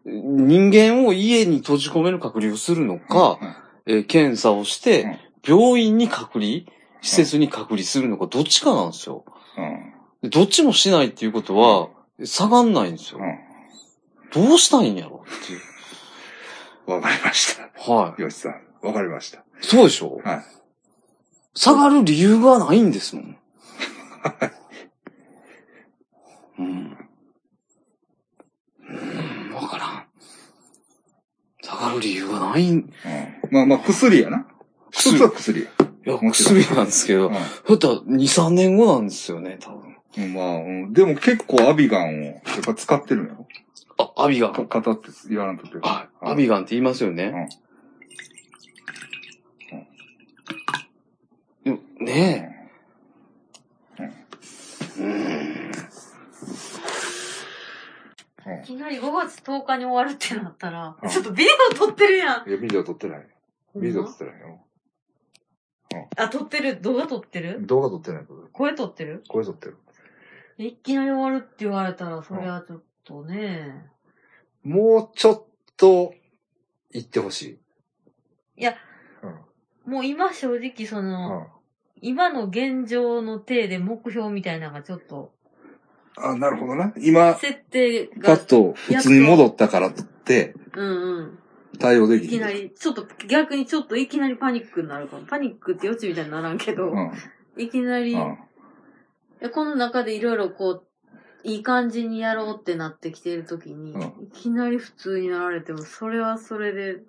Speaker 1: 人間を家に閉じ込める隔離をするのか、えー検査をして、病院に隔離、施設に隔離するのか、どっちかなんですよ。
Speaker 2: うん、うん。
Speaker 1: でどっちもしないっていうことは、下がんないんですよ。どうしたいんやろっていう。
Speaker 2: うん。わかりました。
Speaker 1: は
Speaker 2: よしさん、わかりました。
Speaker 1: い。そうでしょ
Speaker 2: はい。
Speaker 1: 下がる理由がないんですもん。うん。うん、わからん。下がる理由がないん。
Speaker 2: うん。まあまあ、薬やな。一つは薬や。
Speaker 1: いや、
Speaker 2: もちろん
Speaker 1: 薬なんですけど、ふた2、3年後なんですよね、多分。
Speaker 2: うん。まあ、うん、でも結構アビガンを、やっぱ使ってるんやろ
Speaker 1: あ、アビガ
Speaker 2: か
Speaker 1: ン。
Speaker 2: 語って言わなくて。
Speaker 1: あ、
Speaker 2: うん
Speaker 1: アビガンって言いますよね。でもねえ。うん。
Speaker 3: れ5月10日に終わるってなったら
Speaker 2: う、ん
Speaker 3: ちょっとビデオ撮ってるやん。
Speaker 2: いや、ビデオ撮ってない。ビデオ撮ってないよ。
Speaker 3: あ、撮ってる。動画撮ってる
Speaker 2: 動画撮ってないけど、
Speaker 3: 声撮ってる
Speaker 2: 声撮ってる。
Speaker 3: いきなり終わるって言われたら、それはちょっとね。
Speaker 2: もうちょっと、行ってほしい。
Speaker 3: いや。
Speaker 2: うん。
Speaker 3: もう今正直その、
Speaker 2: うん。
Speaker 3: 今の現状の体で目標みたいなのがちょっと、
Speaker 2: あ、なるほどな。今、
Speaker 3: 設定
Speaker 2: パ
Speaker 3: が
Speaker 2: ッ、と普通に戻ったからって、
Speaker 3: うんうん。
Speaker 2: 対応で
Speaker 3: い
Speaker 2: き
Speaker 3: きな
Speaker 2: る。
Speaker 3: り、ちょっと逆にちょっといきなりパニックになるかも。パニックって余地みたいにならんけど、
Speaker 2: うん。
Speaker 3: いきなり、
Speaker 2: うん。
Speaker 3: いやこの中でいろいろこう、いい感じにやろうってなってきてるときに、
Speaker 2: うん
Speaker 3: いきなり普通になられても、それはそれで、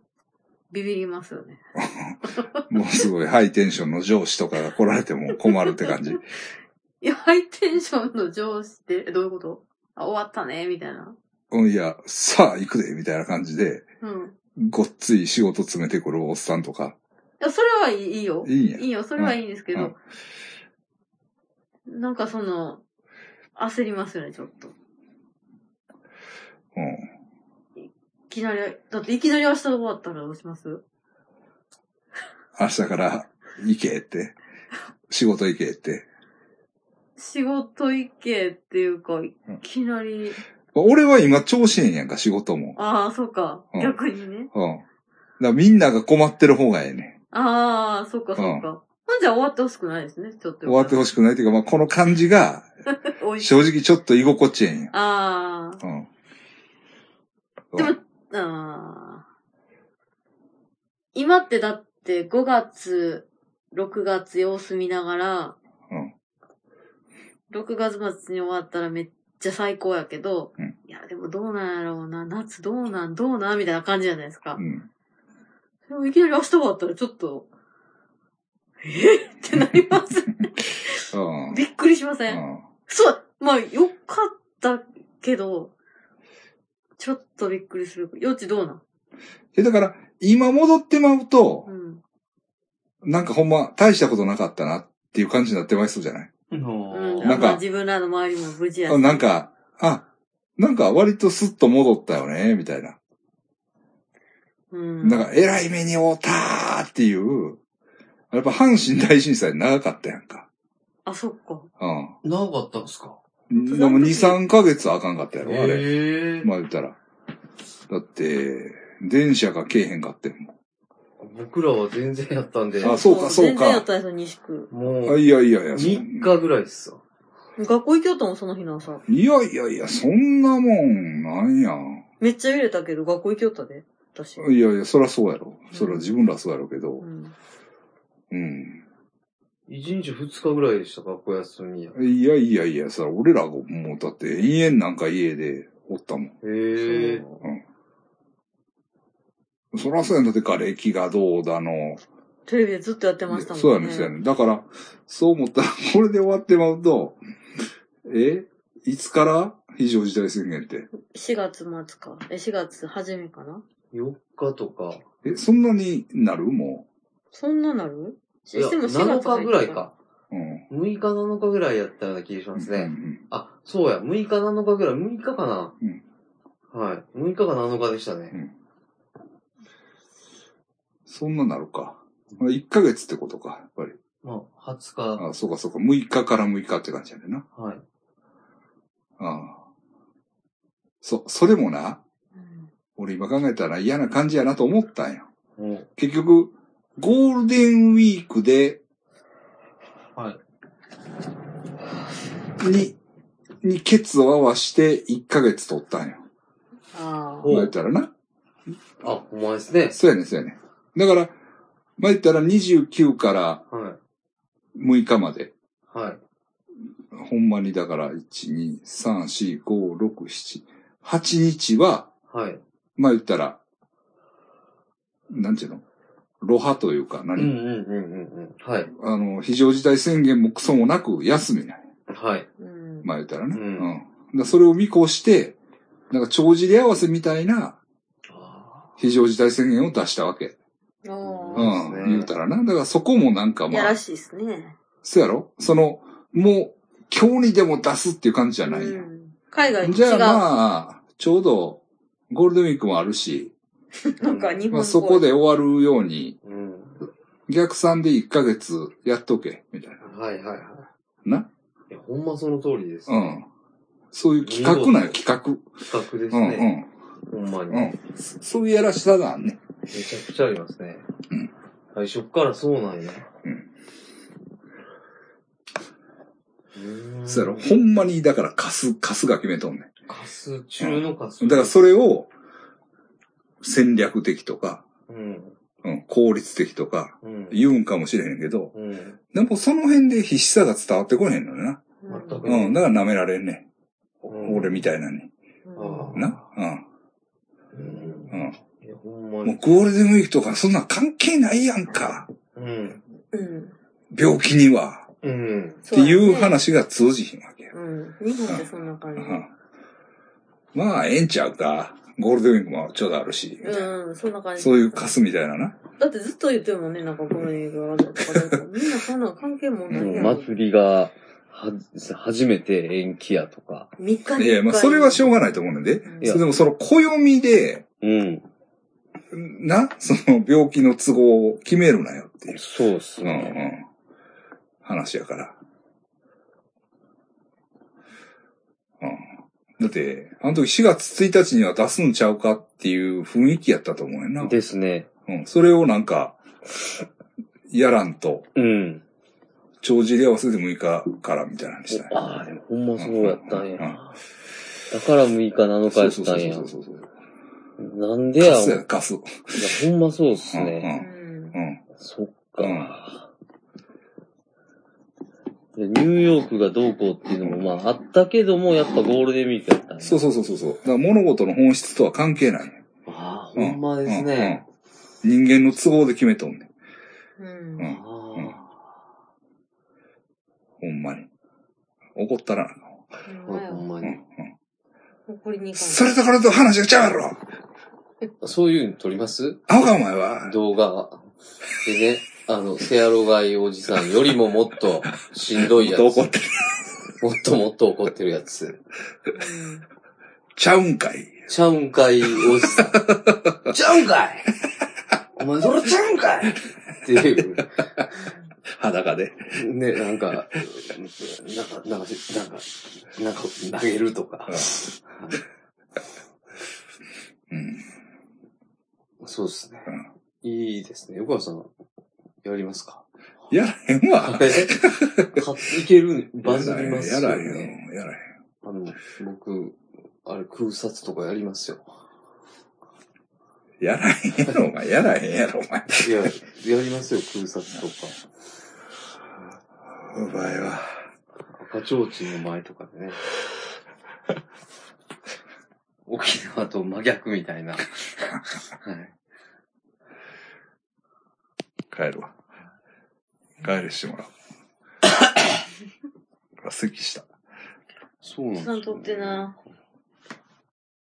Speaker 3: ビビりますよね。
Speaker 2: もうすごいハイテンションの上司とかが来られても困るって感じ。
Speaker 3: いや、ハイテンションの上司って、えどういうことあ、終わったね、みたいな。
Speaker 2: うん、いや、さあ行くで、みたいな感じで、
Speaker 3: うん。い
Speaker 2: ごっつい仕事詰めてくるおっさんとか。
Speaker 3: や、それはいいいいよ。
Speaker 2: いいんや
Speaker 3: いいよ、それはいいんですけ
Speaker 2: う
Speaker 3: ど
Speaker 2: ん、
Speaker 3: なんかその、焦りますよね、ちょっと。
Speaker 2: うん。
Speaker 3: いきなり、だっていきなり明日終わったらどうします
Speaker 2: 明日から行けって。仕事行けって。
Speaker 3: 仕事行けっていうか、いきなり、
Speaker 2: 俺は今調子ええんやんか、仕事も。
Speaker 3: ああ、そうか
Speaker 2: う。ん
Speaker 3: 逆にね。
Speaker 2: うん。だからみんなが困ってる方がええねん。
Speaker 3: ああ、そうか、そうか。ほんじゃ終わってほしくないですね、ちょっと。
Speaker 2: 終わってほ
Speaker 3: し
Speaker 2: しくないっていうか、まあ、この感じが、
Speaker 3: く。おい
Speaker 2: 正直ちょっと居心地ええんや。
Speaker 3: あ
Speaker 2: うん。
Speaker 3: あ。でも、ああ。今ってだって5月、6月様子見ながら、
Speaker 2: うん
Speaker 3: 6月末に終わったらめっちゃ最高やけど、
Speaker 2: うん
Speaker 3: いや、でもどうなんやろうな、夏どうなん、どうなん、みたいな感じじゃないですか。
Speaker 2: うん。
Speaker 3: でもいきなり明日終わったらちょっと、えってなり ます。
Speaker 2: うん。
Speaker 3: びっくりしません。
Speaker 2: うん
Speaker 3: そう、まあ、よかったけど、ちょっとびっくりする。余地どうなん
Speaker 2: え、だから、今戻ってまうと
Speaker 3: う、ん。
Speaker 2: なんかほんま、大したことなかったなっていう感じになってまいそうじゃない
Speaker 3: うん。
Speaker 1: の
Speaker 2: なんか
Speaker 3: まあ自分らの周りも無事や
Speaker 2: あなん、か、あ、なんか割とスッと戻ったよね、みたいな。
Speaker 3: うん。
Speaker 2: なんか、えらい目に遭うたーっていう、やっぱ阪神大震災長かったやんか。
Speaker 3: あ、そっか。
Speaker 2: うん。
Speaker 1: 長かったんですか
Speaker 3: 当
Speaker 2: で
Speaker 3: だ
Speaker 2: も2、3ヶ月あかんかったやろ、あれ。
Speaker 1: ええ
Speaker 2: まあ言ったら。だって、電車がけえへんかってんもん
Speaker 1: 僕らは全然やったんで。
Speaker 2: あそうかそうか
Speaker 3: 全然やったんですよ、西区。
Speaker 1: も
Speaker 2: あ
Speaker 1: う、
Speaker 2: いやいやいや、そ
Speaker 1: 3日ぐらいっすよ。
Speaker 3: 学校行きよったもん、その日の朝。
Speaker 2: いやいやいや、そんなもん、なんや。
Speaker 3: めっちゃ揺れたけど、学校行きよったで、私。
Speaker 2: いやいや、そらそうやろ。そら自分らそうやろうけど
Speaker 3: う。ん。
Speaker 2: うん。
Speaker 1: 1日2日ぐらいでした、学校休みや。
Speaker 2: いやいやいや、そら俺らがもうだって延々なんか家でおったもん。
Speaker 1: ええ
Speaker 3: そう
Speaker 2: そらそうやんだって瓦礫がどうだの。
Speaker 3: テレビでずっとやってましたもんね。
Speaker 2: そうやねん、そうやねん。だから、そう思ったら、これで終わってまうと、えいつから非常事態宣言って。
Speaker 3: 4月末か。え、4月初めかな
Speaker 1: 4日とか。
Speaker 2: え、そんなになるも
Speaker 3: そんななる
Speaker 1: いや、
Speaker 3: システム4
Speaker 1: 7
Speaker 3: 月
Speaker 1: 日
Speaker 3: 入って
Speaker 1: ぐらい。か。
Speaker 2: う。うん。
Speaker 1: 6日7日ぐらいやったような気がします
Speaker 2: うんう
Speaker 1: ね。
Speaker 2: ん
Speaker 1: あ、そうや、6日7日ぐらい、6日かな。
Speaker 2: うん
Speaker 1: はい。6日か7日でしたね。
Speaker 2: そんななるか。まあ1ヶ月ってことか、やっぱり。
Speaker 1: まあ、20日。
Speaker 2: あそうかそうか。6日から6日って感じやねんな。
Speaker 1: はい。
Speaker 2: ああ。そ、それもな、
Speaker 3: うん
Speaker 2: 俺今考えたら嫌な感じやなと思ったんよ。
Speaker 1: もう、
Speaker 2: 結局、ゴールデンウィークで、
Speaker 1: はい。
Speaker 2: に、にケツを合わして1ヶ月取ったんよ。
Speaker 3: あ
Speaker 1: お
Speaker 2: まあ言ったらな。
Speaker 1: あ、ほんまですね。
Speaker 2: そうやねんそうやねんだから、まあ言ったら29から
Speaker 1: は
Speaker 2: 6日まで。
Speaker 1: い。はい。
Speaker 2: ほんまにだから、1、2、3、4、5、6、7、8日は、
Speaker 1: はい。
Speaker 2: まあ言ったら、なんていうのロハというか
Speaker 1: うん
Speaker 2: 何、
Speaker 1: うんうんうんうん。はい。
Speaker 2: あの、非常事態宣言もクソもなく休みない。
Speaker 1: はい。
Speaker 3: あ。うん。
Speaker 2: まあ言ったらね。
Speaker 1: うん
Speaker 2: だからそれを見越して、なんか帳尻合わせみたいな
Speaker 1: あ
Speaker 2: 非常事態宣言を出したわけ。
Speaker 3: お
Speaker 2: う。
Speaker 3: ー
Speaker 1: そうんですね
Speaker 2: 言うたらな。だからそこもなんか
Speaker 3: いや
Speaker 2: ま
Speaker 3: ら
Speaker 2: あ、
Speaker 3: しいですね。
Speaker 2: そうやろその、もう、今日にでも出すっていう感じじゃない
Speaker 3: うん
Speaker 2: よ。
Speaker 3: 海外と違う。
Speaker 2: じゃあまあ、ちょうど、ゴールデンウィークもあるし、
Speaker 4: なんか日本
Speaker 2: まあ、そこで終わるように、
Speaker 5: うん。
Speaker 2: 逆算で1ヶ月やっとけ、みたい
Speaker 1: はいはいはい。
Speaker 2: な。な。
Speaker 1: いや、ほんまその通りです。
Speaker 2: うん。そういう企画なんよ、企画。
Speaker 1: 企画です
Speaker 2: うん
Speaker 1: ね。ほんま
Speaker 2: うん。う
Speaker 1: に。
Speaker 2: ん。そそういうやらしさがあんね。
Speaker 1: めちゃくちゃありますね。
Speaker 2: うん
Speaker 1: 最初っからそうなんや。
Speaker 2: うん
Speaker 1: うーん。
Speaker 2: そうやろ。ほんまに、だから、貸す、貸すが決めとんね
Speaker 1: カス中のカス。
Speaker 2: ん。だから、それを、戦略的とか、
Speaker 1: うん。
Speaker 2: うん、効率的とか、
Speaker 1: うん。
Speaker 2: 言うんかもしれへんけど、
Speaker 1: うん。
Speaker 2: でもその辺で必死さが伝わってこへんのよな。
Speaker 1: 全く
Speaker 2: うん、だから舐められんね
Speaker 1: うん
Speaker 2: ん。俺みたいなに。
Speaker 1: あ
Speaker 2: な。
Speaker 1: うん
Speaker 2: うん、うん。
Speaker 1: いや、ほんま
Speaker 2: もう
Speaker 1: に。
Speaker 2: ゴールデンウィークとかそんなん関係ないやんか。
Speaker 1: うん。
Speaker 3: うん。
Speaker 2: 病気には。
Speaker 1: うん。
Speaker 2: っていう話が通じひんわけよ。
Speaker 3: うん。日本ってそんな感
Speaker 2: う
Speaker 3: じ。
Speaker 2: ん、まあ、ええんちゃうか。ゴールデンウィークもちょうどあるし。
Speaker 3: うん、そんな感じ。
Speaker 2: そういうカ。スみたいなな。
Speaker 3: だってずっと言ってるもんね、なんかゴミがあるとかなんか。みんなそんな関係もな
Speaker 5: も
Speaker 3: いうやん。
Speaker 5: 祭りが、は、初めて延期やとか。
Speaker 3: 3日に一回。
Speaker 2: いや、まあ、それはしょうがないと思うねんで。
Speaker 3: うん
Speaker 5: いや
Speaker 2: それでもその暦で、
Speaker 5: うん。
Speaker 2: な、その病気の都合を決めるなよっていう。
Speaker 5: そうっす
Speaker 2: うんう
Speaker 5: ね。
Speaker 2: ん。話やから。うん。だって、あの時4月1日には出すんちゃうかっていう雰囲気やったと思うよな。
Speaker 5: ですね。
Speaker 2: うん。それをなんか、やらんと、
Speaker 5: うん。
Speaker 2: 帳尻合わせで6日からみたいなのにしたい。
Speaker 5: ああ、でもほんまそうやったんや。
Speaker 2: うんうん
Speaker 5: だから6日7日
Speaker 2: そ
Speaker 5: や
Speaker 2: う
Speaker 5: っ
Speaker 2: そう
Speaker 5: た
Speaker 2: そ
Speaker 5: んや
Speaker 2: う。そうそう。
Speaker 5: なんでや
Speaker 2: ガ
Speaker 5: ろ
Speaker 2: ス
Speaker 5: い
Speaker 2: や、ガス。
Speaker 5: や、ほんまそうっす
Speaker 2: うん
Speaker 5: ね。
Speaker 3: うん。
Speaker 2: うん。
Speaker 5: そっか。いやニューヨークがどうこうっていうのもまああったけども、やっぱゴールデンウィークやったんや。
Speaker 2: そうそうそうそうそう。だから物事の本質とは関係ない。
Speaker 1: ああ、
Speaker 2: う
Speaker 1: ほんまですね。。
Speaker 2: うんうん人間の都合で決めとんねん。
Speaker 3: うん
Speaker 2: う。ん
Speaker 1: あ
Speaker 2: ほんまに。怒ったらな。
Speaker 1: あ、ほんま
Speaker 2: うんう
Speaker 1: に。
Speaker 2: ん。
Speaker 3: 怒りに行か
Speaker 2: それとこれと話がちゃうやろ
Speaker 1: そういうの撮ります
Speaker 2: アホかお前は。
Speaker 1: 動画。でね、あの、せやろがいおじさんよりももっとしんどいやつ。
Speaker 2: どう怒
Speaker 1: も
Speaker 2: ってる
Speaker 1: っともっと怒ってるやつ。
Speaker 2: ちゃうんかい。
Speaker 1: ちゃうんかいおじさん。 ちゃうんかいお前それちゃうんかいっていう。
Speaker 2: 裸で。
Speaker 1: ね、なんか、なんか、なんか、なんか、なんか投げるとか。
Speaker 2: うん。
Speaker 1: そうですね
Speaker 2: うん。
Speaker 1: いいですね。横川さん、やりますか
Speaker 2: やらへんわ。
Speaker 1: いける、バズります
Speaker 2: や
Speaker 1: よ、ね。
Speaker 2: らへんよ。やらへん。
Speaker 1: あの、僕、あれ、空撮とかやりますよ。
Speaker 2: やらへんやろ、お前。やらへんやろ、お前。
Speaker 1: いや、やりますよ、空撮とか。
Speaker 2: お前は。
Speaker 1: 赤ちょうちんの前とかでね。沖縄と真逆みたいな。はい。
Speaker 2: 帰るわ。帰るして もらおう。咳した。
Speaker 5: そうなん
Speaker 3: ちゃんとってな。